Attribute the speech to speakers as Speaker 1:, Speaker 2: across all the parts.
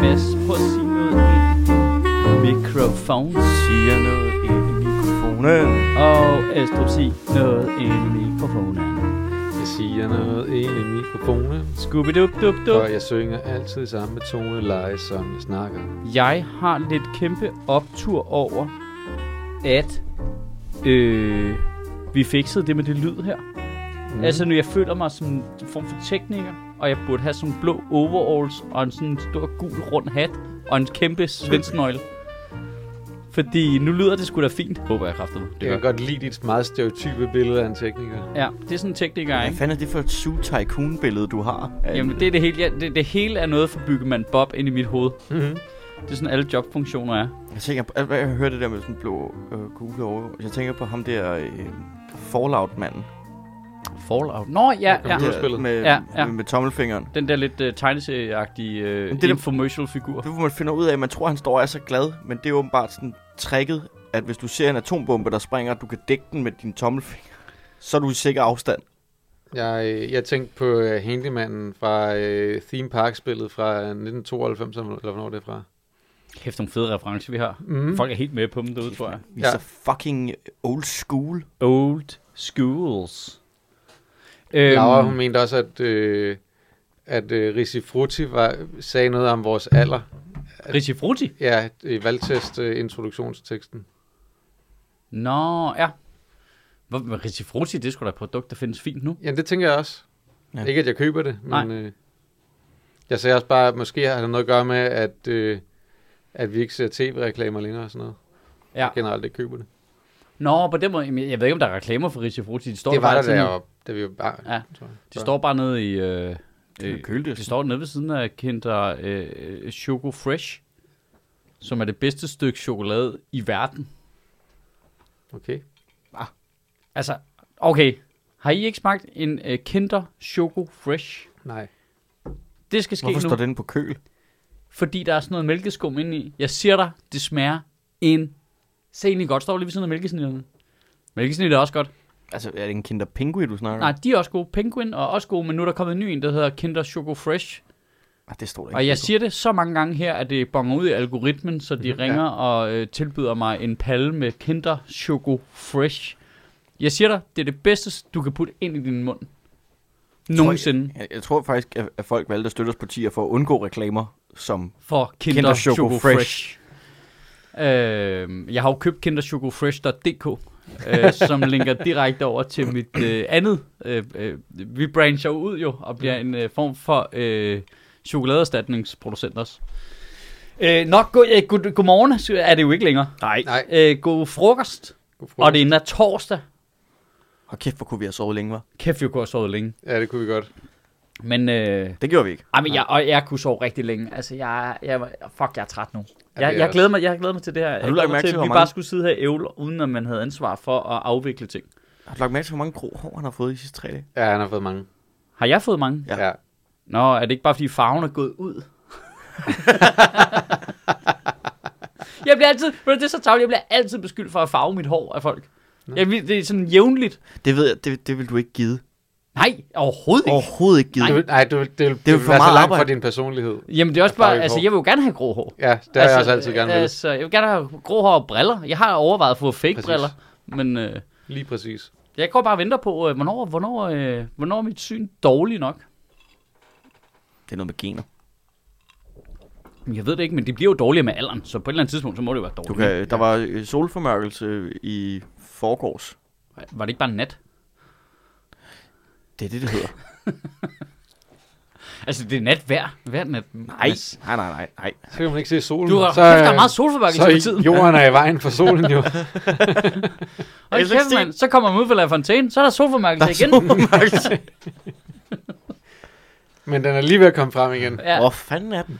Speaker 1: Mads, prøv at sige noget ind. Mikrofon.
Speaker 2: Siger noget ind i mikrofonen.
Speaker 1: Og Estrup, sig noget ind i mikrofonen.
Speaker 3: Jeg siger noget ind i mikrofonen,
Speaker 1: Scooby-Doo-Doo-Doo.
Speaker 3: og jeg synger altid samme toneleje, som jeg snakker.
Speaker 1: Jeg har lidt kæmpe optur over, at øh, vi fikset det med det lyd her. Mm. Altså nu, jeg føler mig som en form for tekniker, og jeg burde have sådan blå overalls og en sådan en stor gul rund hat og en kæmpe svendsnøgle. Fordi nu lyder det sgu da fint, håber jeg kraftigt.
Speaker 3: Jeg kan godt lide dit meget stereotype billede af en tekniker.
Speaker 1: Ja, det er sådan en tekniker,
Speaker 2: Hvad
Speaker 1: ikke?
Speaker 2: fanden er det for et Zoo Tycoon-billede, du har? Øh,
Speaker 1: Jamen, det, er det, hele, ja, det, det hele er noget for byggemand Bob ind i mit hoved.
Speaker 3: Mm-hmm.
Speaker 1: Det er sådan, alle jobfunktioner er.
Speaker 2: Jeg tænker på, alt hvad jeg hørte det der med sådan blå øh, gule over. Jeg tænker på ham der øh, Fallout-manden.
Speaker 1: Fallout. Nå, ja, ja.
Speaker 3: Computer-
Speaker 2: Der
Speaker 3: spillet.
Speaker 2: Med,
Speaker 1: Ja, ja.
Speaker 2: Med, med tommelfingeren.
Speaker 1: Den der lidt uh, tegneserieagtige uh,
Speaker 2: Men det
Speaker 1: det
Speaker 2: der-
Speaker 1: infomercial figur.
Speaker 2: Det hvor man finder ud af, at man tror, han står og er så glad, men det er åbenbart sådan tricket, at hvis du ser en atombombe, der springer, at du kan dække den med din tommelfinger, så er du i sikker afstand.
Speaker 3: Jeg, øh, jeg tænkte på uh, Handymanden fra uh, Theme Park-spillet fra 1992, eller hvornår det er fra.
Speaker 1: Kæft, nogle fede referencer, vi har.
Speaker 3: Mm.
Speaker 1: Folk er helt med på dem derude, tror jeg.
Speaker 2: Vi er
Speaker 3: Ja.
Speaker 2: så fucking old school.
Speaker 1: Old schools. Øhm,
Speaker 3: Laura, hun mente også, at, øh, at øh, Risi Frutti var, sagde noget om vores alder.
Speaker 1: Richie Frutti?
Speaker 3: Ja, i øh, valgtest-introduktionsteksten.
Speaker 1: Nå, ja. Hvor- Men Richie Frutti, det skulle da et produkt, der findes fint nu.
Speaker 3: Ja, det tænker jeg også.
Speaker 2: Ja.
Speaker 3: Ja. Ikke, at jeg køber det,
Speaker 1: Nej.
Speaker 3: men øh, jeg sagde også bare, at måske har det noget at gøre med, at, øh, at vi ikke ser tv-reklamer længere og sådan noget.
Speaker 1: Ja.
Speaker 3: Generelt ikke køber det.
Speaker 1: Nå, på den måde. jamen, Jeg ved ikke, om der er reklamer for Richie Frutti. De står
Speaker 3: det
Speaker 1: bare
Speaker 3: var der,
Speaker 1: altid
Speaker 3: da jeg
Speaker 1: nede-
Speaker 3: var, da vi var bare...
Speaker 1: Ja,
Speaker 3: tror jeg.
Speaker 1: De står bare nede i... Øh, øh,
Speaker 2: Køldøs.
Speaker 1: Det står nede ved siden af Kinder øh, øh, Choco Fresh, som er det bedste stykke chokolade i verden.
Speaker 3: Okay.
Speaker 1: Altså, okay. Har I ikke smagt en øh, Kinder Choco Fresh?
Speaker 3: Nej.
Speaker 1: Det skal ske
Speaker 2: Hvorfor
Speaker 1: nu,
Speaker 2: står den på køl?
Speaker 1: fordi der er sådan noget mælkeskum inde i. Jeg siger dig, det smager en... Se egentlig godt, står lige ved siden af mælkesnitterne. Mælkesnitter er også godt.
Speaker 2: Altså, er det en kinder pingui, du snakker om?
Speaker 1: Nej, de er også gode. Penguin er også gode, men nu er der kommet en ny en, der hedder Kinder Choco Fresh.
Speaker 2: Ah, det står der ikke.
Speaker 1: Og jeg siger det så mange gange her, at det bonger ud i algoritmen, så de ringer og øh, tilbyder mig en palle med Kinder Choco Fresh. Jeg siger dig, det er det bedste, du kan putte ind i din mund. Nogensinde
Speaker 2: Jeg, jeg tror faktisk, at, at folk valgte at støtte os partier for at undgå reklamer, som
Speaker 1: for Kinder,
Speaker 2: Kinder
Speaker 1: Kinder
Speaker 2: Choco
Speaker 1: Choco,
Speaker 2: Fresh.
Speaker 1: Fresh. Øh, jeg har jo købt kinderchocofresh.dk, øh, som linker direkte over til mit øh, andet. Øh, øh, vi brancher jo ud jo, og bliver en øh, form for øh, chokoladeerstatningsproducent også. Øh, nok god, øh, god, godmorgen, så er det jo ikke længere.
Speaker 2: Nej.
Speaker 3: Nej.
Speaker 1: Øh, god frokost,
Speaker 3: God frokost.
Speaker 1: og det er endda torsdag.
Speaker 2: Og kæft, hvor kunne vi have sovet længe, var.
Speaker 1: Kæft, vi kunne have sovet længe.
Speaker 3: Ja, det kunne vi godt.
Speaker 1: Men, øh,
Speaker 2: Det gjorde vi ikke.
Speaker 1: ej, men jeg, og jeg kunne sove rigtig længe. Altså, jeg, jeg, fuck, jeg er træt nu.
Speaker 3: Ja, det
Speaker 1: Jeg,
Speaker 3: er
Speaker 1: jeg,
Speaker 3: også-
Speaker 1: glæder mig, jeg glæder mig til det her. jeg
Speaker 2: lagt
Speaker 1: glæder mig
Speaker 2: mærke til,
Speaker 1: at
Speaker 2: hvor
Speaker 1: vi
Speaker 2: mange-
Speaker 1: bare skulle sidde her i ævler, uden at man havde ansvar for at afvikle ting.
Speaker 2: Har du lagt mærke til, hvor mange grå hår, han har fået i de sidste tre dage?
Speaker 3: Ja, han har fået mange.
Speaker 1: Har jeg fået mange?
Speaker 2: Ja.
Speaker 3: Ja. ja.
Speaker 1: Nå, er det ikke bare, fordi farven er gået ud? jeg bliver altid, men det er så tavligt, jeg bliver altid beskyldt for at farve mit hår af folk. Jeg, vil- det er sådan jævnligt.
Speaker 2: Det ved jeg, det, det vil du ikke give.
Speaker 1: Nej, overhovedet ikke.
Speaker 2: Overhovedet ikke give.
Speaker 3: Du, nej, du, det, det, det,
Speaker 2: for
Speaker 3: det vil være så
Speaker 2: meget
Speaker 3: langt
Speaker 2: arbejde.
Speaker 3: fra din personlighed.
Speaker 1: Jamen det er også
Speaker 3: Jeg farver
Speaker 1: bare,
Speaker 3: ikke
Speaker 1: altså
Speaker 3: hår.
Speaker 1: jeg vil jo gerne have grå hår.
Speaker 3: Ja, det har jeg også altid gerne ville.
Speaker 1: altså, jeg vil gerne have grå hår og briller. Jeg har overvejet at få fake
Speaker 3: Præcis.
Speaker 1: briller, men øh,
Speaker 3: Lige præcis.
Speaker 1: jeg går bare og venter på, øh, hvornår, hvornår, øh, hvornår er mit syn dårligt nok.
Speaker 2: Det er noget med gener.
Speaker 1: Men Jeg ved det ikke, men det bliver jo dårligere med alderen, så på et eller andet tidspunkt, så må det jo være
Speaker 2: Du
Speaker 1: dårligt.
Speaker 2: kan, der var øh, solformørkelse i forgårs.
Speaker 1: Var det ikke bare nat?
Speaker 2: Det er det, det hedder.
Speaker 1: Altså, det er nat hver, hver nat.
Speaker 2: Nej, nej, nej, nej, nej.
Speaker 3: Så kan man ikke se solen.
Speaker 1: Du har
Speaker 3: så,
Speaker 1: så, kæft, der er
Speaker 3: øh,
Speaker 1: meget solforbakkelse i
Speaker 3: så
Speaker 1: tiden.
Speaker 3: jorden er i vejen for solen jo.
Speaker 1: Og
Speaker 2: Jeg synes,
Speaker 1: kæft,
Speaker 2: det-
Speaker 1: mand, så kommer man ud fra La Fontaine, så er der solforbakkelse igen.
Speaker 3: Men den er lige ved at komme frem igen.
Speaker 1: Ja.
Speaker 2: Hvor fanden er den?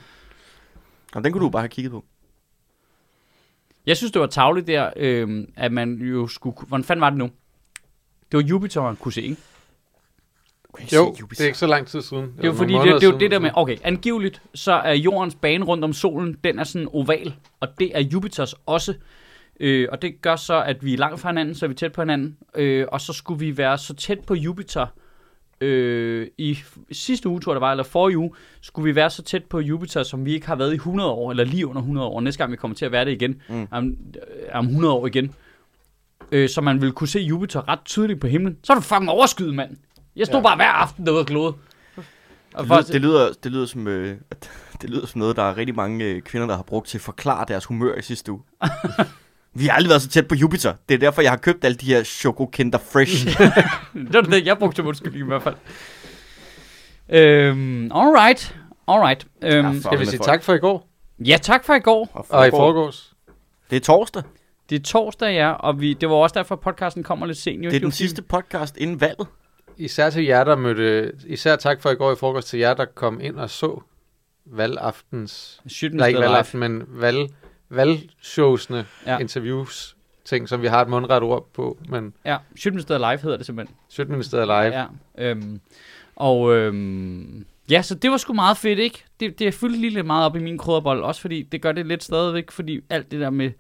Speaker 2: Jamen, den kunne du bare have kigget på.
Speaker 1: Jeg synes, det var tavligt der, øh, at man jo skulle... ku- Hvordan fanden var det nu? Det var Jupiter, man kunne se, ikke?
Speaker 2: Du kan ikke
Speaker 3: Jo,
Speaker 1: Altså,
Speaker 2: se
Speaker 3: det
Speaker 2: Jupiter.
Speaker 3: er ikke så lang tid siden.
Speaker 1: Det er jo fordi, det, det er jo det der med... Okay, angiveligt, så er jordens bane rundt om solen, den er sådan oval, og det er Jupiters også. Øh, og det gør så, at vi er langt fra hinanden, så er vi tæt på hinanden. Øh, og så skulle vi være så tæt på Jupiter. Øh, I f- sidste uge, tror jeg det var, eller forrige uge, skulle vi være så tæt på Jupiter, som vi ikke har været i 100 år, eller lige under 100 år. Næste gang vi kommer til at være det igen,
Speaker 2: Mm.
Speaker 1: mm. om, øh, om 100 år igen. Øh, så man ville kunne se Jupiter ret tydeligt på himlen. Så er du fucking overskyet, mand. Jeg stod ja. bare hver aften derude og glode. Og
Speaker 2: Det
Speaker 1: for,
Speaker 2: lyder, det lyder, det lyder som... Øh, det lyder som noget, der er rigtig mange øh, kvinder, der har brugt til at forklare deres humør i sidste uge. Vi har aldrig været så tæt på Jupiter. Det er derfor, jeg har købt alle de her Choco Kinder Fresh.
Speaker 1: det var det, jeg brugte som undskyldning i hvert fald. Øhm, alright, alright. Øhm,
Speaker 2: for-
Speaker 3: Skal vi
Speaker 2: med
Speaker 3: sige
Speaker 2: folk.
Speaker 3: tak for i går?
Speaker 1: ja, tak for i går.
Speaker 3: Og i forgårs?
Speaker 2: Det er torsdag.
Speaker 1: Det er torsdag, ja, og vi, det var også derfor, at podcasten kommer lidt sent. Jo,
Speaker 2: Det er
Speaker 1: Jo,
Speaker 2: den sidste podcast inden valget.
Speaker 3: Især til jer, der mødte... Især tak for i går i frokost til jer, der kom ind og så valgaftens...
Speaker 1: Shit,
Speaker 3: Nej, ikke
Speaker 1: live.
Speaker 3: valgaften, men valg, valgshowsene,
Speaker 1: Ja.
Speaker 3: ja. interviews, ting, som vi har et mundret ord på, men
Speaker 1: Ja, Sjøtministeriet live hedder det simpelthen.
Speaker 3: Sjøtministeriet Live. Ja.
Speaker 1: Ja, øhm, og øhm, ja, så det var sgu meget fedt, ikke? Det, det fyldte lige lidt meget op i min krydderbold, også fordi det gør det lidt stadigvæk, fordi alt det der med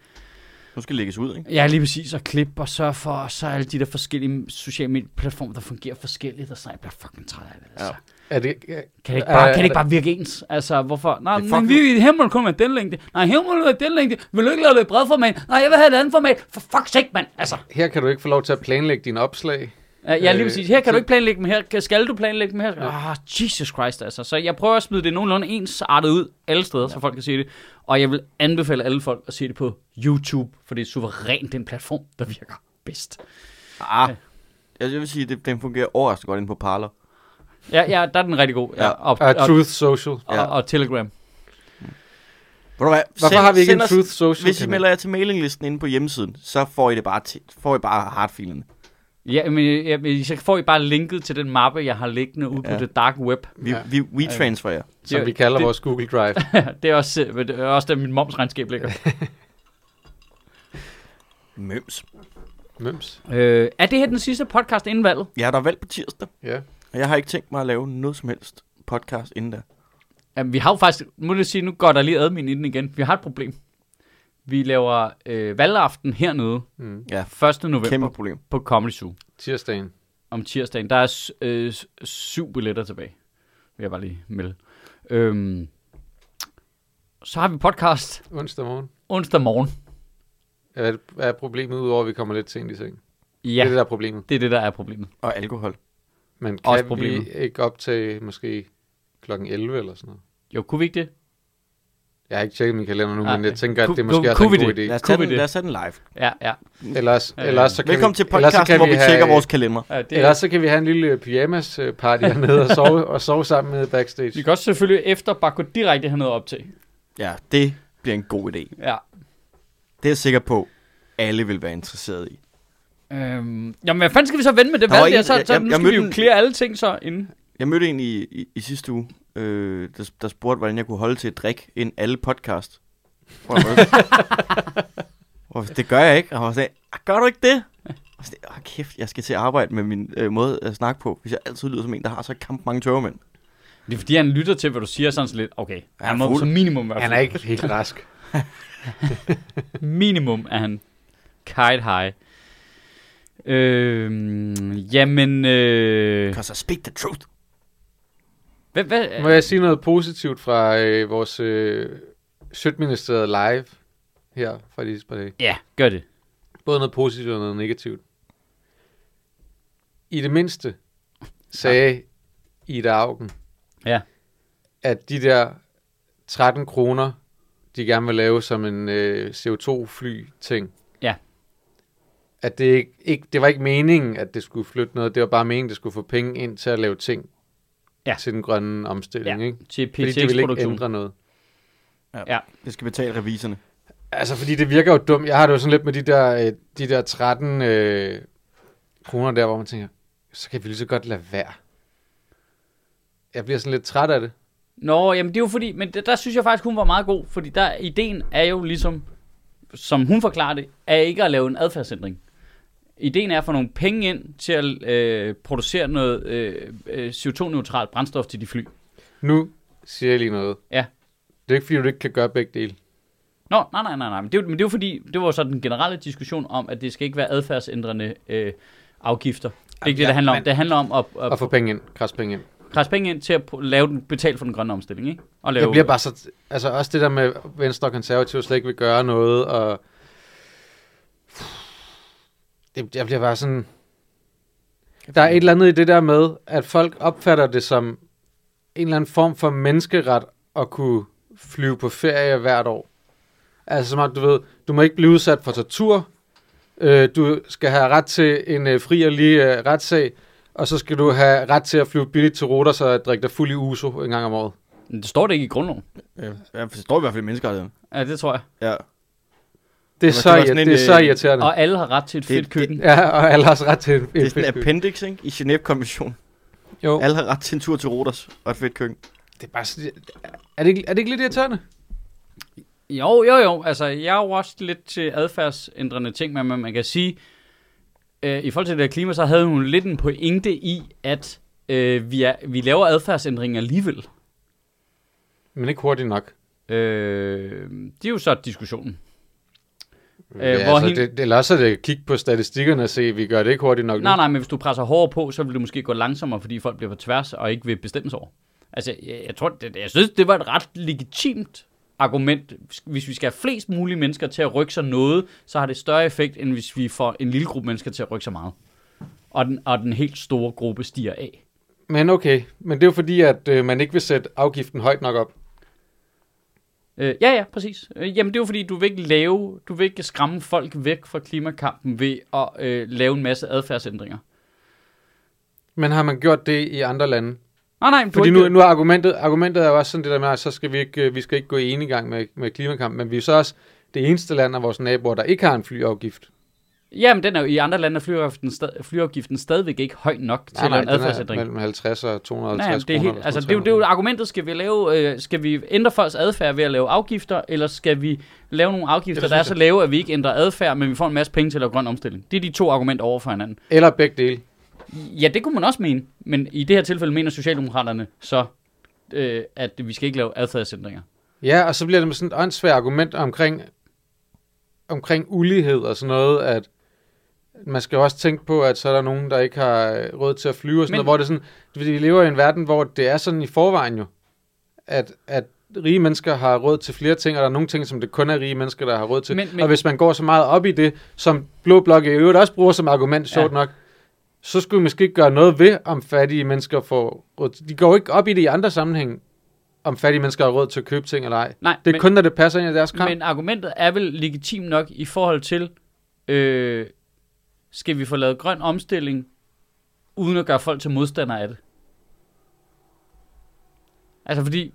Speaker 2: Nu skal det lægges ud, ikke?
Speaker 1: Ja, lige præcis. Og klip og sørge for, og så alle de der forskellige sociale medieplatforme, der fungerer forskelligt, og så er jeg bliver fucking træt af det. Altså.
Speaker 2: Ja. Øh,
Speaker 1: Ja.
Speaker 3: Er det, er,
Speaker 1: Kan det ikke bare,
Speaker 3: er-
Speaker 1: kan det ikke
Speaker 3: er-
Speaker 1: bare virke ens? Altså, hvorfor? Nej,
Speaker 2: Det er
Speaker 1: men
Speaker 2: fucking-
Speaker 1: vi i Hemmel kun med den længde. Nej, Hemmel med den længde. Vil du ikke lave det i bredformat? Nej, jeg vil have et andet format. For fuck's sake, mand. Altså,
Speaker 3: her kan du ikke få lov til at planlægge dine opslag.
Speaker 1: ja, ja, lige
Speaker 3: Øh,
Speaker 1: præcis. Her kan
Speaker 3: så-
Speaker 1: du ikke planlægge dem. Her kan- skal du planlægge dem. Her skal...
Speaker 3: Ja.
Speaker 1: Ah, Jesus Christ, altså. Så jeg prøver at smide det nogenlunde ensartet ud alle steder, så folk kan se det. Og jeg vil anbefale alle folk at se det på YouTube, for det er suverænt den platform, der virker bedst.
Speaker 2: Ah. Jeg vil sige, at den fungerer overraskende godt inde på Parler.
Speaker 1: Ja, ja, der er den rigtig god. Ja,
Speaker 2: Ja.
Speaker 1: og,
Speaker 3: Og Truth Social.
Speaker 1: og,
Speaker 2: Ja.
Speaker 1: og, og Telegram.
Speaker 2: Ved du hvad?
Speaker 3: Hvorfor
Speaker 2: Send-
Speaker 3: har vi ikke
Speaker 2: send
Speaker 3: en
Speaker 2: os-
Speaker 3: Truth Social?
Speaker 2: Hvis I
Speaker 3: kanal?
Speaker 2: melder jer til mailinglisten inde på hjemmesiden, så får I det bare, til, får I bare hardfilen.
Speaker 1: Ja, men, øh, ja, men så får I bare linket til den mappe, jeg har liggende ude
Speaker 2: Ja.
Speaker 1: på det dark web.
Speaker 2: Vi,
Speaker 3: Ja.
Speaker 2: ja. vi, we transfer jer.
Speaker 3: som
Speaker 1: Det-
Speaker 3: vi kalder
Speaker 1: det-
Speaker 3: vores Google Drive.
Speaker 1: det, er også, øh, det er også der, mit momsregnskab ligger.
Speaker 2: Møms.
Speaker 3: Møms.
Speaker 1: øh, er det her den sidste podcast inden valget?
Speaker 2: Jeg er der er valg på tirsdag,
Speaker 3: Ja.
Speaker 2: og jeg har ikke tænkt mig at lave noget som helst podcast inden da.
Speaker 1: Jamen, vi har jo faktisk, må jeg sige, nu går der lige admin i den igen. Vi har et problem. Vi laver øh, valgaften hernede
Speaker 3: Mm.
Speaker 2: Ja,
Speaker 1: 1. november
Speaker 2: kæmpe problem.
Speaker 1: på Comedy Zoo
Speaker 3: Tirsdagen.
Speaker 1: om tirsdagen. Der er s- øh, s- syv billetter tilbage, vil jeg bare lige melde. Øhm, så har vi podcast
Speaker 3: Onsdag morgen.
Speaker 1: onsdag morgen.
Speaker 3: Hvad er, det- hvad er problemet, udover at vi kommer lidt sent i seng? Det
Speaker 1: Ja,
Speaker 3: er det, der er problemet.
Speaker 1: det er det, der er problemet.
Speaker 2: Og alkohol.
Speaker 3: Men kan
Speaker 1: Også
Speaker 3: Også
Speaker 1: problemet.
Speaker 3: vi ikke optage måske klokken 11 eller sådan noget?
Speaker 1: Jo, kunne vi ikke det?
Speaker 3: Jeg har ikke tjekket min kalender nu,
Speaker 1: Nej.
Speaker 3: men jeg tænker, at
Speaker 1: Ku-
Speaker 3: det er måske
Speaker 1: ku-
Speaker 3: også
Speaker 1: kunne
Speaker 3: en
Speaker 1: vi
Speaker 3: god
Speaker 1: det?
Speaker 2: Lad
Speaker 3: idé.
Speaker 2: os, tage
Speaker 1: Kunne vi
Speaker 2: den,
Speaker 1: det?
Speaker 2: lad os tage den live.
Speaker 1: Ja, ja.
Speaker 3: Ellers,
Speaker 1: Ja.
Speaker 3: ellers så kan
Speaker 2: Velkommen
Speaker 3: vi,
Speaker 2: til
Speaker 3: ellers så
Speaker 2: podcasten,
Speaker 3: kan
Speaker 2: hvor vi
Speaker 3: have-
Speaker 2: tjekker vores kalender.
Speaker 1: ja det
Speaker 3: Ellers så kan vi have en lille pyjamas-party hernede og sove, og sove sammen med
Speaker 1: Vi
Speaker 3: backstage.
Speaker 1: kan også selvfølgelig efter bare gå direkte hernede op til.
Speaker 2: Ja, det bliver en god idé.
Speaker 1: Ja.
Speaker 2: Det er jeg sikker på, alle vil være interesseret i.
Speaker 1: Øhm, jamen, hvad fanden skal vi så vende med det
Speaker 2: Der var
Speaker 1: valg der?
Speaker 2: en-
Speaker 1: Så, så
Speaker 2: jeg-
Speaker 1: nu
Speaker 2: jeg
Speaker 1: skal vi
Speaker 2: mødte
Speaker 1: jo
Speaker 2: en-
Speaker 1: klæde alle ting så inden.
Speaker 2: Jeg mødte en i, i, i sidste uge, øh, der, der spurgte, hvordan jeg kunne holde til at drikke en alle podcast. Hvor jeg var- Og det gør jeg ikke. Og han var sådan, "Ah, gør du ikke det? Og sådan, Åh, kæft, jeg skal til at arbejde med min øh, måde at snakke på, hvis jeg altid lyder som en, der har så kamp mange tørremænd.
Speaker 1: Det er fordi, han lytter til, hvad du siger, sådan sådan lidt, okay,
Speaker 2: er
Speaker 1: han må
Speaker 2: fuld.
Speaker 1: som minimum være
Speaker 3: Han er ikke helt rask.
Speaker 1: fuld. Minimum er han kite high. Øhm, jamen, øh,
Speaker 2: Because I speak the truth.
Speaker 1: hvad, hvad,
Speaker 3: Må jeg sige noget positivt fra øh, vores øh, Sødministeriet live her fra Lisbeth?
Speaker 1: ja, gør det.
Speaker 3: Både noget positivt og noget negativt. I det mindste sagde Ida Augen,
Speaker 1: Ja.
Speaker 3: at de der 13 kroner, de gerne vil lave som en øh, CO2-fly-ting,
Speaker 1: Ja.
Speaker 3: at det, ikke, ikke, det var ikke meningen, at det skulle flytte noget, det var bare meningen, at det skulle få penge ind til at lave ting
Speaker 1: Ja.
Speaker 3: til den grønne omstilling.
Speaker 1: Ja,
Speaker 3: Ikke?
Speaker 1: til
Speaker 3: Fordi de vil ikke
Speaker 1: PTX-produktion.
Speaker 3: ændre noget.
Speaker 2: Det skal betale reviserne.
Speaker 3: Altså, fordi det virker jo dumt. Jeg har det jo sådan lidt med de der, øh, de der 13 øh, kroner der, hvor man tænker, så kan vi lige så godt lade være. Jeg bliver sådan lidt træt af det.
Speaker 1: Nå, jamen det er jo fordi, men der, der synes jeg faktisk, hun var meget god, fordi der, ideen er jo ligesom, som hun forklarer det, er ikke at lave en adfærdsændring. Ideen er at få nogle penge ind til at øh, producere noget øh, øh, CO2-neutralt brændstof til de fly.
Speaker 3: Nu siger jeg lige noget.
Speaker 1: Ja.
Speaker 3: Det er ikke, fordi du ikke kan gøre begge dele.
Speaker 1: Nå, nej, nej, nej, nej. Men det, er jo- men det er jo fordi, det var jo så den generelle diskussion om, at det skal ikke være adfærdsændrende øh, afgifter. Det er ikke det,
Speaker 3: ja,
Speaker 1: det handler om.
Speaker 3: men-
Speaker 1: Det handler om at, at,
Speaker 3: Og få penge ind, krasse penge ind.
Speaker 1: presse penge ind til at pu- lave den, betale for den grønne omstilling, ikke? Og lave,
Speaker 3: Jeg bliver bare så... Altså også det der med Venstre og Konservative slet ikke vil gøre noget, og... Det, jeg bliver bare sådan... Der er et eller andet i det der med, at folk opfatter det som en eller anden form for menneskeret at kunne flyve på ferie hvert år. Altså som om, du ved, du må ikke blive udsat for tortur, øh, du skal have ret til en øh, fri og lige øh, retssag, og så skal du have ret til at flyve billigt til ruter, så drikke dig fuld i uso en gang om året.
Speaker 1: Men Det står det ikke i grundloven.
Speaker 2: Ja, jeg forstår i hvert fald i menneskerettigheden.
Speaker 1: Ja, det tror jeg.
Speaker 2: Ja.
Speaker 3: Det er,
Speaker 2: Det var-
Speaker 3: så,
Speaker 2: det var
Speaker 3: det
Speaker 2: sådan en,
Speaker 3: det er så
Speaker 2: øh,
Speaker 3: irriterende.
Speaker 1: Og alle har ret til et fedt
Speaker 2: det-
Speaker 1: køkken.
Speaker 3: Ja, og alle har også ret til en,
Speaker 2: Det
Speaker 3: en
Speaker 2: er sådan en
Speaker 3: fedt køkken.
Speaker 2: appendix, ikke? I Genève-konventionen.
Speaker 3: Jo,
Speaker 2: Alle har ret til en tur til Rodas og et fedt køkken.
Speaker 3: det er bare sådan, er det, ikke, er det ikke lidt irriterende?
Speaker 1: Jo, jo, jo. Altså, jeg er jo også lidt til adfærdsændrende ting, men man kan sige, øh, i forhold til det her klima, så havde hun lidt en pointe i, at øh, vi, er, vi laver adfærdsændringer alligevel.
Speaker 3: Men ikke hurtigt nok.
Speaker 1: Øh, det er jo så diskussionen. Øh,
Speaker 3: Øh, ja,
Speaker 1: hvor
Speaker 3: altså,
Speaker 1: hende-
Speaker 3: det, det, eller også er det at kigge på statistikkerne og se, at vi gør det ikke hurtigt nok
Speaker 1: Nej,
Speaker 3: nu.
Speaker 1: nej, men hvis du presser hårdere på, så vil det måske gå langsommere, fordi folk bliver på tværs og ikke vil bestemme sig over. Altså, jeg, jeg, tror, det, jeg synes, det var et ret legitimt argument. Hvis vi skal have flest mulige mennesker til at rykke sig noget, så har det større effekt, end hvis vi får en lille gruppe mennesker til at rykke sig meget. Og den, og den helt store gruppe stiger af.
Speaker 3: Men okay, men det er jo fordi, at øh, man ikke vil sætte afgiften højt nok op.
Speaker 1: Øh, ja, ja, præcis. Øh, jamen, det er jo fordi, du vil ikke lave, du vil ikke skræmme folk væk fra klimakampen ved at øh, lave en masse adfærdsændringer.
Speaker 3: Men har man gjort det i andre lande?
Speaker 1: Nej, nej, men du har
Speaker 3: Fordi
Speaker 1: ikke-
Speaker 3: nu, nu er argumentet, argumentet er jo også sådan det der med, at så skal vi ikke, øh, vi skal ikke gå i ene gang med, med klimakamp, men vi er så også det eneste land af vores naboer, der ikke har en flyafgift.
Speaker 1: Jamen, den er jo, i andre lande er flyafgiften, stad, flyafgiften stadigvæk ikke høj nok til nej, en
Speaker 3: den er
Speaker 1: adfærdsændring.
Speaker 3: mellem 50 og
Speaker 1: Nej, jamen,
Speaker 3: 250
Speaker 1: det er
Speaker 3: kroner.
Speaker 1: helt, altså, det, er jo- det er jo argumentet, skal vi, lave, øh, skal vi ændre folks adfærd ved at lave afgifter, eller skal vi lave nogle afgifter,
Speaker 3: Eller
Speaker 1: der er
Speaker 3: synes
Speaker 1: så lave, at vi ikke ændrer adfærd, men vi får en masse penge til at lave grøn omstilling? Det er de to argumenter over for hinanden.
Speaker 3: Eller begge dele.
Speaker 1: Ja, det kunne man også mene, men i det her tilfælde mener Socialdemokraterne så, øh, at vi skal ikke lave adfærdsændringer.
Speaker 3: Ja, og så bliver det med sådan et åndssvært argument omkring, omkring ulighed og sådan noget, at man skal jo også tænke på, at så er der nogen, der ikke har øh, råd til at flyve og sådan
Speaker 1: Men-
Speaker 3: noget, hvor det er sådan, fordi vi lever i en verden, hvor det er sådan i forvejen jo, at, at rige mennesker har råd til flere ting, og der er nogle ting, som det kun er rige mennesker, der har råd til.
Speaker 1: Men-
Speaker 3: Men,
Speaker 1: men-
Speaker 3: men, og hvis man går så meget op i det, som Blå Blok i øvrigt også bruger som argument, sjovt
Speaker 1: Ja.
Speaker 3: nok, så skulle vi måske gøre noget ved, om fattige mennesker får råd til. De går jo ikke op i det i andre sammenhæng, om fattige mennesker har råd til at købe ting eller ej.
Speaker 1: Nej,
Speaker 3: Det er
Speaker 1: men-
Speaker 3: men, kun, når det passer ind i deres kram.
Speaker 1: Men argumentet er vel legitimt nok i forhold til, øh, skal vi få lavet grøn omstilling, uden at gøre folk til modstandere af det? Altså fordi,